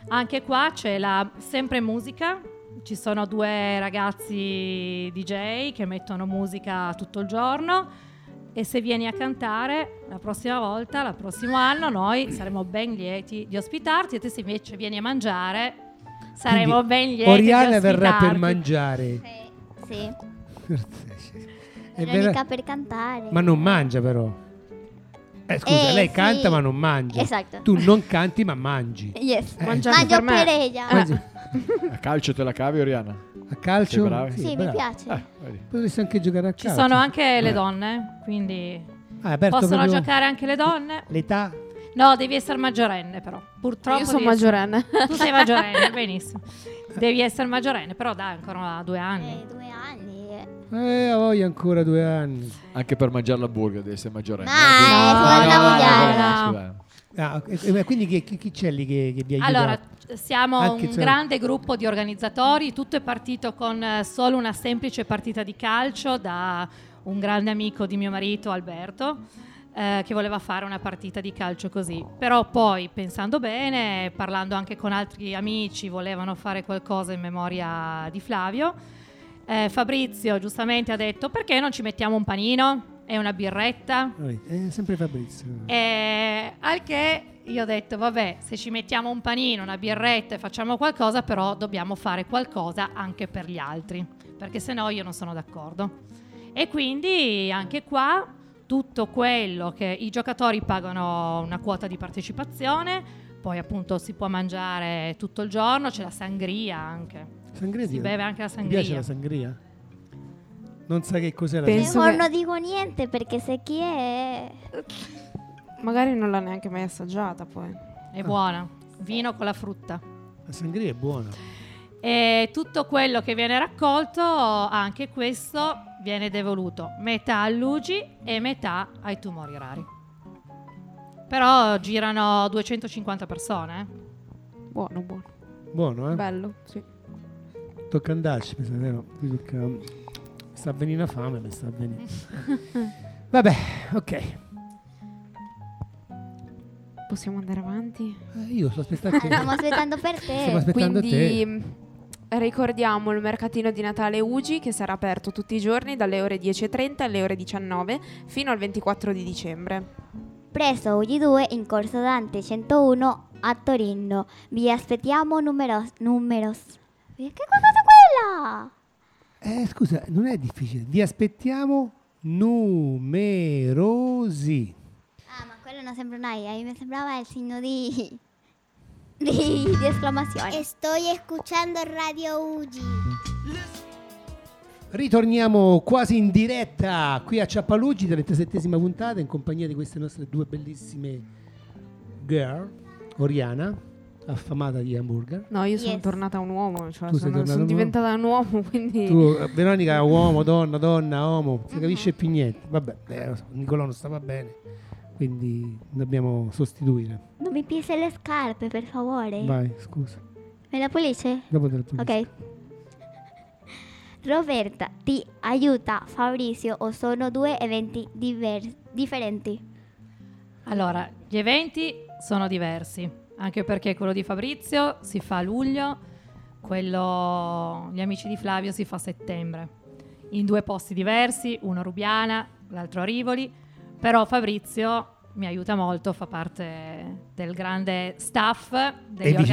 S7: anche qua c'è la sempre musica, ci sono due ragazzi DJ che mettono musica tutto il giorno e se vieni a cantare la prossima volta, il prossimo anno, noi saremo ben lieti di ospitarti e te se invece vieni a mangiare saremo
S2: Quindi,
S7: ben lieti di
S2: Oriana
S7: ospitarti.
S2: verrà per mangiare.
S3: Sì. sì.
S2: E
S3: Veronica
S2: verrà-
S3: per eh. cantare.
S2: Ma non mangia però. Eh, scusa,
S3: Eh,
S2: lei
S3: sì.
S2: canta ma non mangia.
S3: Esatto.
S2: Tu non canti ma mangi.
S3: Yes.
S2: Eh,
S3: Mangio
S4: Mangiate per
S3: per,
S4: me.
S3: ella.
S2: Mangi-
S5: A calcio te la cavi, Oriana?
S2: A calcio?
S5: Sei brava?
S2: Sì,
S3: sì, mi
S2: brava.
S3: piace.
S5: Eh, vedi.
S2: Potresti anche giocare a
S7: Ci
S2: calcio.
S7: sono anche le
S2: Eh.
S7: donne, quindi
S2: Ah, è aperto
S7: possono
S2: proprio-
S7: giocare anche le donne.
S2: L'età?
S7: No, devi essere maggiorenne però. Purtroppo
S4: Io sono
S7: devi essere-
S4: maggiorenne.
S7: Tu sei maggiorenne, benissimo. Devi essere maggiorenne, però dai, ancora due anni.
S3: Eh, due anni. eh.
S2: Eh, ho voglia ancora due anni.
S5: Anche per mangiare la burger devi essere maggiorenne.
S3: Ma,
S7: No,
S3: eh,
S7: no,
S3: secondo me
S7: no,
S3: no.
S7: no.
S5: Scusa.
S2: Ah, ok, eh, quindi chi, chi, chi c'è lì che, che vi Ah, aiuta?
S7: Allora, siamo
S2: Anche
S7: un
S2: se-
S7: grande gruppo di organizzatori, tutto è partito con eh, solo una semplice partita di calcio da un grande amico di mio marito Alberto. eh, che voleva fare una partita di calcio così, però poi pensando bene, parlando anche con altri amici, volevano fare qualcosa in memoria di Flavio. Eh, Fabrizio giustamente ha detto perché non ci mettiamo un panino? È una birretta?
S2: È sempre Fabrizio.
S7: Eh, E al che io ho detto, vabbè, se ci mettiamo un panino, una birretta e facciamo qualcosa, però dobbiamo fare qualcosa anche per gli altri, perché se no io non sono d'accordo. E quindi anche qua tutto quello che i giocatori pagano una quota di partecipazione, poi appunto si può mangiare tutto il giorno, c'è la sangria anche.
S2: Sangria,
S7: Si beve anche la
S2: Mi piace
S7: sangria.
S2: la sangria? Non sa che cos'è la
S4: Penso-
S3: Mejor
S4: que-
S3: no digo niente perché se chi è...
S4: Magari non l'ha neanche mai assaggiata poi.
S7: È
S2: Ah.
S7: buona. Vino con la frutta.
S2: sangria. La sangria è buona.
S7: E tutto quello che viene raccolto, anche questo viene devoluto metà a Luigi e metà ai tumori rari. Però girano 250 persone. eh.
S4: Buono, buono.
S2: Buono, eh?
S4: Bello, sì.
S2: Tocca andarci, mi sa, vero? Mi tocca- mi sta venendo la fame, mi sta venendo. Vabbè, ok. Eh,
S4: Possiamo andare avanti?
S2: Io sto aspettando.
S3: Ah, stiamo aspettando per
S2: Stiamo
S3: te.
S2: aspettando
S4: Quindi mh, ricordiamo il mercatino di Natale Ugi che sarà aperto tutti i giorni dalle ore 10.30 alle ore 19 fino al 24 di dicembre.
S3: Presso UG2 in Corso Dante 101 a Torino. Vi aspettiamo numerosi. numeros. Che cosa quella?
S2: te. Eh, scusa, non è difficile. Vi aspettiamo numerosi.
S3: Ah, ma quello non sembra una I, a mí me sembrava el signo di... di, di esclamazione.
S8: Estoy escuchando Radio Ugi.
S2: Ritorniamo quasi in diretta qui a Ciappaluggi, 37esima puntata, in compagnia di queste nostre due bellissime girl, Oriana, affamata di hamburger.
S4: No, io sono
S3: Yes.
S4: tornata un uomo, cioè
S2: Tu sei
S4: sono,
S2: tornata
S4: sono
S2: un uomo?
S4: diventata un uomo, quindi
S2: Tu, eh, Veronica, uomo, donna, donna, uomo, non si capisce più niente. Vabbè, eh, lo so, Nicolò non stava bene, quindi dobbiamo sostituire.
S3: Non mi pise le scarpe, per favore.
S2: Vai, scusa,
S3: Me la pulisce?
S2: dopo te la pulisco.
S3: Ok. Roberta ti aiuta Fabrizio o sono due eventi diver- differenti?
S7: Allora, gli eventi sono diversi, anche perché quello di Fabrizio si fa a luglio, quello gli amici di Flavio si fa a settembre, in due posti diversi, uno a Rubiana, l'altro a Rivoli, però Fabrizio mi aiuta molto, fa parte del grande staff, degli
S2: E viceversa.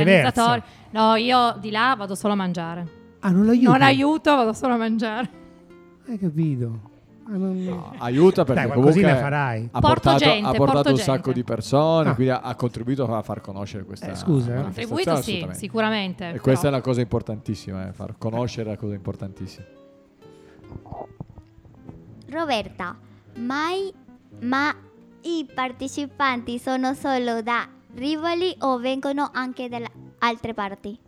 S7: organizzatori. No, io di là vado solo a mangiare.
S2: Ah, non l'aiuto?
S7: Non aiuto, vado solo a mangiare.
S2: Hai capito? Ah, non-
S5: No, aiuta perché
S2: Dai,
S5: comunque
S2: qualcosina farai.
S5: ha
S7: Porto
S5: portato,
S7: gente,
S5: ha portato
S7: porto
S5: un
S7: gente.
S5: sacco di persone,
S2: Ah.
S5: quindi ha, ha contribuito a far conoscere questa
S2: Eh, scusa, eh.
S5: manifestazione,
S7: Contribuito sì,
S5: assolutamente.
S7: sicuramente.
S5: E
S7: però-
S5: questa è la cosa importantissima, eh, far conoscere la cosa importantissima.
S3: Roberta, mai, ma i partecipanti sono solo da Rivoli o vengono anche da altre parti?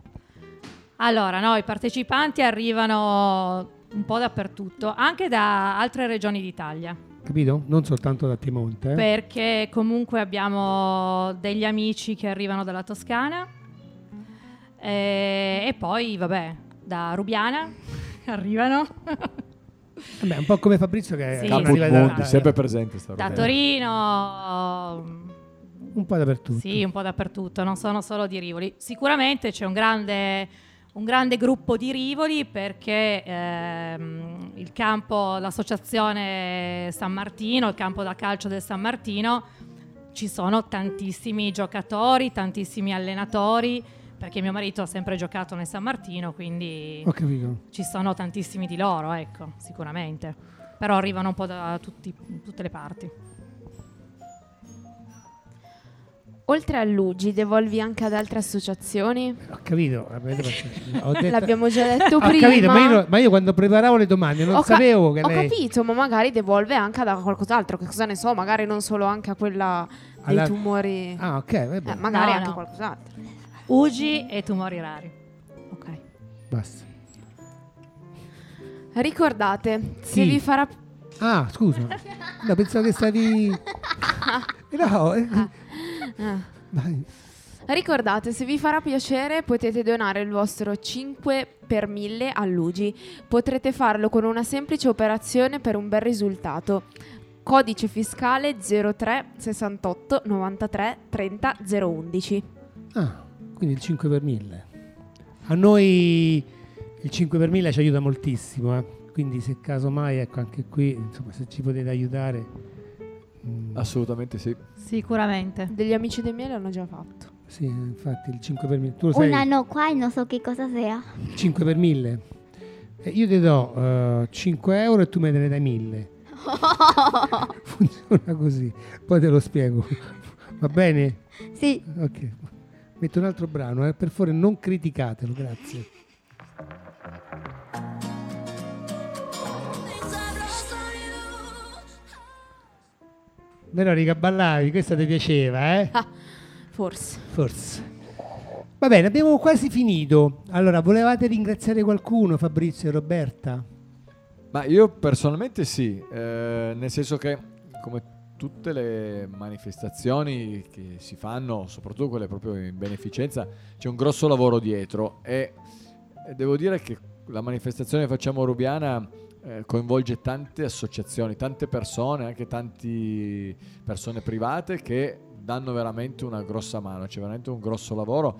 S7: Allora, no, i partecipanti arrivano un po' dappertutto, anche da altre regioni d'Italia,
S2: Capito? Non soltanto da Piemonte. eh.
S7: perché comunque abbiamo degli amici che arrivano dalla Toscana eh, e, poi, vabbè, da Rubiana arrivano,
S2: Vabbè, è un po' come Fabrizio che
S7: Sì.
S2: non
S5: Caput
S2: arriva da-
S5: Mundi,
S2: da-
S5: sempre presente sta
S7: da
S5: roba.
S7: Torino,
S2: un po' dappertutto.
S7: sì, un po' dappertutto, non sono solo di Rivoli. Sicuramente c'è un grande, un grande gruppo di Rivoli perché ehm, il campo, l'associazione San Martino, il campo da calcio del San Martino, ci sono tantissimi giocatori, tantissimi allenatori, perché mio marito ha sempre giocato nel San Martino, quindi
S2: Ho capito.
S7: ci sono tantissimi di loro, ecco, sicuramente. Però arrivano un po' da tutti- tutte le parti.
S4: oltre all'Ugi devolvi anche ad altre associazioni?
S2: Ho capito. avete perso- Ho detto-
S4: L'abbiamo già detto
S2: ho
S4: prima.
S2: capito, ma io, no- ma io quando preparavo le domande non
S4: Ho ca-
S2: sapevo che
S4: ho
S2: lei...
S4: capito, ma magari devolve anche a qualcos'altro, che cosa ne so, magari non solo anche a quella
S2: Alla-
S4: dei tumori,
S2: Ah, ok, vabbè.
S4: Eh, magari
S7: No,
S4: anche
S7: no.
S4: qualcos'altro.
S7: Ugi e tumori rari. Ok.
S2: Basta.
S4: Ricordate, se
S2: Sì.
S4: vi farà
S2: Ah, scusa. No, pensavo che stavi... No, eh,
S4: ah.
S2: vai.
S4: Ricordate, se vi farà piacere potete donare il vostro 5 per 1000 all'UGI. Potrete farlo con una semplice operazione per un bel risultato. Codice fiscale 03 68 93 30 011.
S2: Ah, quindi il 5 per 1000. A noi il 5 per 1000 ci aiuta moltissimo, eh. Quindi se casomai, ecco anche qui, insomma, se ci potete aiutare. mm,
S5: Assolutamente sì.
S7: Sicuramente.
S4: Degli amici dei miei l'hanno già fatto.
S2: Sì, infatti il 5 per 1000. Tu lo sai,
S3: Una no qua e non so che cosa sia.
S2: 5 per 1000. Eh, io ti do eh, 5 euro e tu me ne dai 1000. Funziona così. Poi te lo spiego. Va bene?
S3: Sì,
S2: Ok. Metto un altro brano, eh. per favore non criticatelo, grazie. Veronica, ballavi, questa ti piaceva,
S7: Ah.
S2: eh?
S4: Forse.
S2: Forse. Va bene, abbiamo quasi finito. Allora, volevate ringraziare qualcuno, Fabrizio e Roberta?
S5: Ma io personalmente sì, eh, nel senso che come tutte le manifestazioni che si fanno, soprattutto quelle proprio in beneficenza, c'è un grosso lavoro dietro e e devo dire che la manifestazione che facciamo a Rubiana eh, coinvolge tante associazioni, tante persone, anche tante persone private che danno veramente una grossa mano, c'è veramente un grosso lavoro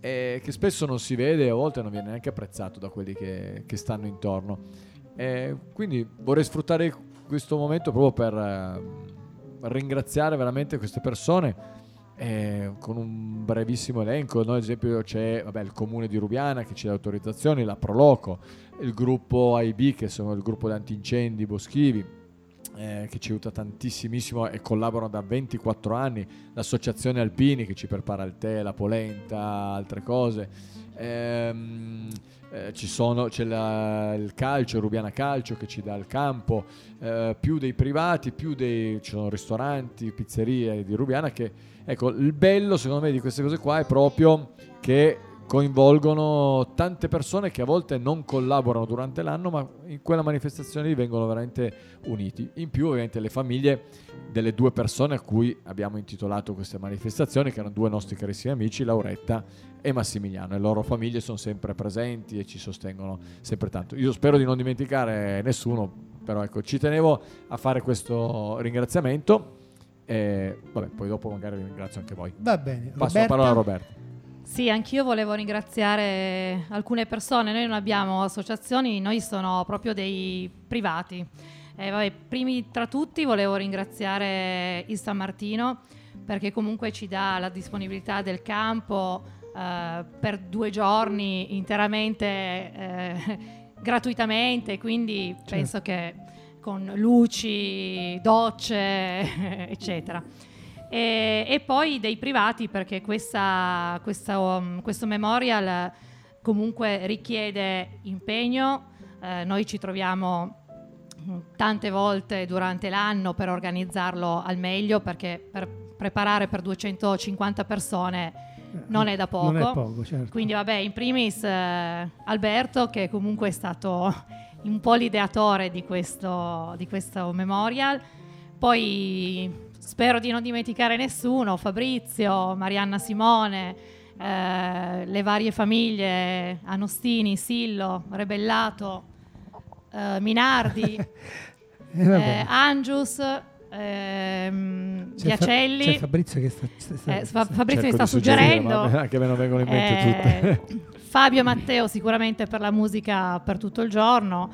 S5: eh, che spesso non si vede e a volte non viene neanche apprezzato da quelli che, che stanno intorno. Eh, quindi vorrei sfruttare questo momento proprio per eh, ringraziare veramente queste persone. eh, con un brevissimo elenco, noi ad esempio c'è vabbè, il comune di Rubiana che ci dà autorizzazioni, la Proloco, il gruppo AIB che sono il gruppo di antincendi boschivi eh, che ci aiuta tantissimo e collaborano da 24 anni, l'associazione Alpini che ci prepara il tè, la polenta, altre cose. Ehm, eh, ci sono, c'è la- il calcio, Rubiana Calcio che ci dà il campo, eh, più dei privati, più dei ci sono ristoranti, pizzerie di Rubiana che ecco il bello secondo me di queste cose qua è proprio che coinvolgono tante persone che a volte non collaborano durante l'anno ma in quella manifestazione lì vengono veramente uniti. In più ovviamente le famiglie delle due persone a cui abbiamo intitolato questa manifestazione che erano due nostri carissimi amici, Lauretta e Massimiliano e le loro famiglie sono sempre presenti e ci sostengono sempre tanto. Io spero di non dimenticare nessuno, però ecco, ci tenevo a fare questo ringraziamento e vabbè, poi dopo magari ringrazio anche voi.
S2: Va bene.
S5: Passo la parola a Roberto.
S7: Sì, anch'io volevo ringraziare alcune persone. Noi non abbiamo associazioni, noi sono proprio dei privati. Eh, vabbè, primi tra tutti volevo ringraziare il San Martino perché comunque ci dà la disponibilità del campo eh, per due giorni interamente eh, gratuitamente, quindi penso che con luci, docce, eccetera. E, e poi dei privati perché questa- questa, um, questo memorial comunque richiede impegno. Eh, noi ci troviamo mh, tante volte durante l'anno per organizzarlo al meglio perché per preparare per 250 persone non è da poco.
S2: Non è poco, certo.
S7: Quindi vabbè, in primis eh, Alberto che comunque è stato un po' l'ideatore di questo, di questo memorial, poi spero di non dimenticare nessuno, Fabrizio, Marianna Simone, eh, le varie famiglie, Anostini, Sillo, Rebellato, eh, Minardi,
S2: Eh, vabbè.
S7: eh, Angius, ehm,
S2: C'è Fa-
S7: Biacelli.
S2: c'è Fabrizio che sta... sta- sta-
S7: Eh, Fa- Fabrizio mi
S5: Cerco
S7: sta
S5: di suggerire,
S7: suggerendo.
S5: ma Che me non vengono in mente
S7: Eh,
S5: tutte.
S7: Fabio e Matteo sicuramente per la musica per tutto il giorno.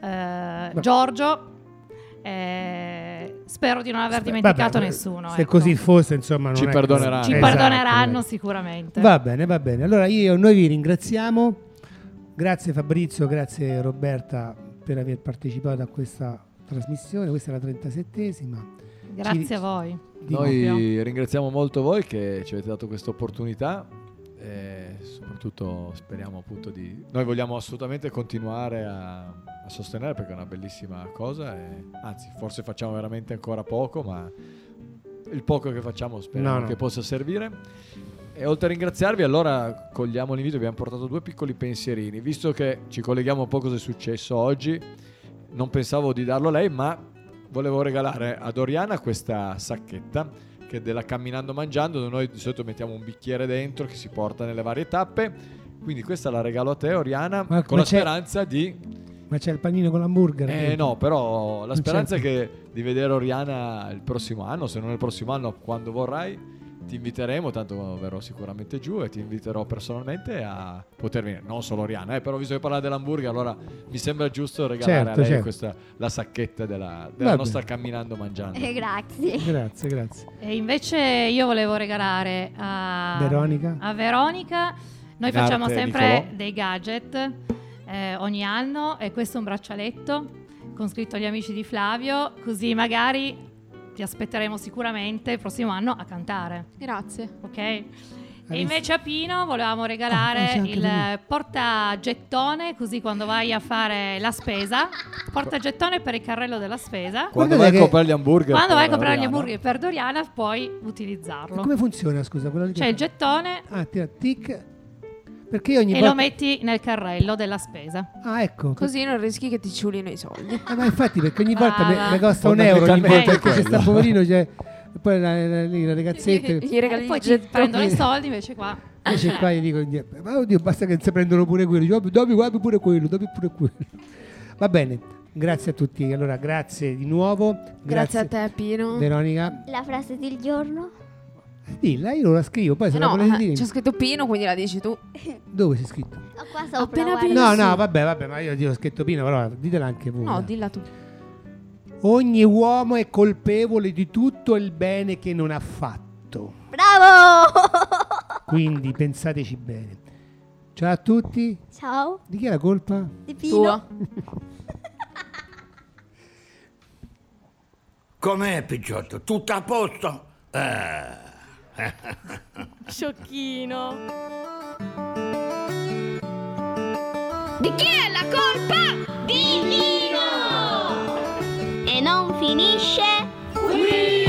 S7: Eh, Giorgio, eh, spero di non aver dimenticato
S2: Vabbè,
S7: nessuno.
S2: Se
S7: ecco.
S2: così fosse, insomma, non
S5: Ci
S2: è che-
S5: perdoneranno.
S7: Ci
S2: Esatto,
S7: perdoneranno
S2: eh.
S7: sicuramente.
S2: Va bene, va bene. Allora io, noi vi ringraziamo. Grazie Fabrizio, grazie Roberta per aver partecipato a questa trasmissione. Questa è la 37esima. ci-
S7: Grazie a voi.
S2: Dico-
S5: Noi ringraziamo molto voi che ci avete dato questa opportunità e soprattutto speriamo appunto di... Noi vogliamo assolutamente continuare a, a sostenere perché è una bellissima cosa e anzi forse facciamo veramente ancora poco ma il poco che facciamo speriamo
S2: No, no.
S5: che possa servire. E oltre a ringraziarvi, allora cogliamo l'invito, vi abbiamo portato due piccoli pensierini. Visto che ci colleghiamo un po' cosa è successo oggi, non pensavo di darlo a lei, ma volevo regalare a Doriana questa sacchetta che è della Camminando Mangiando, dove noi di solito mettiamo un bicchiere dentro che si porta nelle varie tappe. Quindi questa la regalo a te, Oriana,
S2: Ma-
S5: con la
S2: ma c'è-
S5: speranza di...
S2: Ma c'è il panino con l'hamburger?
S5: Eh no, però la
S2: Non c'è.
S5: speranza è che di vedere Oriana il prossimo anno, se non il prossimo anno, quando vorrai, ti inviteremo, tanto verrò sicuramente giù e ti inviterò personalmente a poter venire. Non solo Rihanna, eh, però visto che parlare dell'hamburger, allora mi sembra giusto regalare
S2: Certo,
S5: a lei
S2: certo.
S5: questa, la sacchetta della, della
S2: Va
S5: nostra camminando mangiando.
S3: Grazie.
S2: Grazie, grazie.
S7: E invece io volevo regalare a
S2: Veronica?
S7: a Veronica. Noi
S5: D'arte,
S7: facciamo sempre
S5: Nicolò.
S7: dei gadget eh, ogni anno e questo è un braccialetto con scritto gli amici di Flavio, così magari ti aspetteremo sicuramente il prossimo anno a cantare,
S10: Grazie.
S7: ok? E invece a Pino volevamo regalare
S2: c'è Ah, anche
S7: il
S2: lui.
S7: portagettone, così quando vai a fare la spesa, portagettone per il carrello della spesa.
S5: Quando
S2: Guardate
S5: vai a
S2: che-
S5: comprare gli hamburger,
S7: Quando vai a
S5: povera
S7: comprare gli
S5: Rihanna,
S7: hamburger per Doriana puoi
S2: E
S7: utilizzarlo.
S2: come funziona, scusa? Quello lì che-
S7: C'è il gettone
S2: Ah, tira, tic. Perché io ogni
S7: e
S2: volta...
S7: lo metti nel carrello della spesa.
S2: Ah, ecco.
S4: Così non rischi che ti ciulino i soldi.
S2: Eh, ma infatti, perché ogni volta mi
S7: Ah.
S2: mi costa un euro ogni
S5: Fondamentalmente
S2: volta perché c'è
S5: quello.
S2: sta poverino, c'è... e Poi la, la, lì la ragazzetta...
S4: Gli regali
S7: E
S4: i
S7: poi ti
S4: gettoni.
S7: prendono i soldi invece qua.
S2: Invece qua gli dico, niente, ma oddio, basta che se prendono pure quello, dico, "Vabbè, dammi, guarda pure quello, dammi pure quello. Va bene, grazie a tutti. Allora, grazie di nuovo.
S4: Grazie a te, Pino.
S2: Veronica.
S3: La frase del giorno?
S2: Dilla, io la scrivo, poi se
S4: Eh no,
S2: la volete
S4: eh,
S2: dire...
S4: c'è scritto Pino, quindi la dici tu.
S2: Dove c'è scritto?
S3: Ho qua sopra.
S4: Appena
S3: guarda.
S4: penso-
S2: No,
S4: sì.
S2: no, vabbè, vabbè, ma io dico scritto Pino, però ditela anche voi.
S4: No,
S2: dai.
S4: dilla tu.
S2: Ogni uomo è colpevole di tutto il bene che non ha fatto.
S3: Bravo!
S2: Quindi pensateci bene. Ciao a tutti.
S3: Ciao,
S2: Di chi è la colpa?
S3: di Pino.
S4: Tua.
S1: Com'è, picciotto? Tutto a posto? Eh.
S10: Sciocchino.
S8: Di chi è la colpa? Di Nino! E non finisce qui!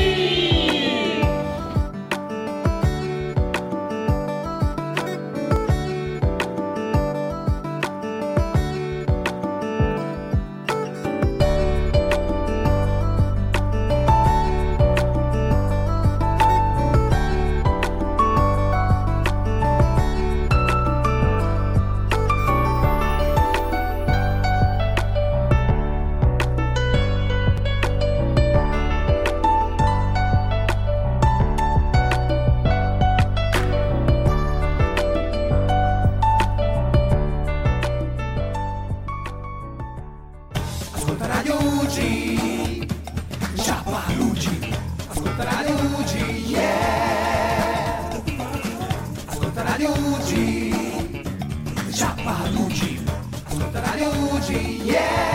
S1: Ascolta Radio UG, Sciappa UG, ascolta Radio UG, yeah. Ascolta Radio UG, Sciappa UG, ascolta Radio UG, yeah.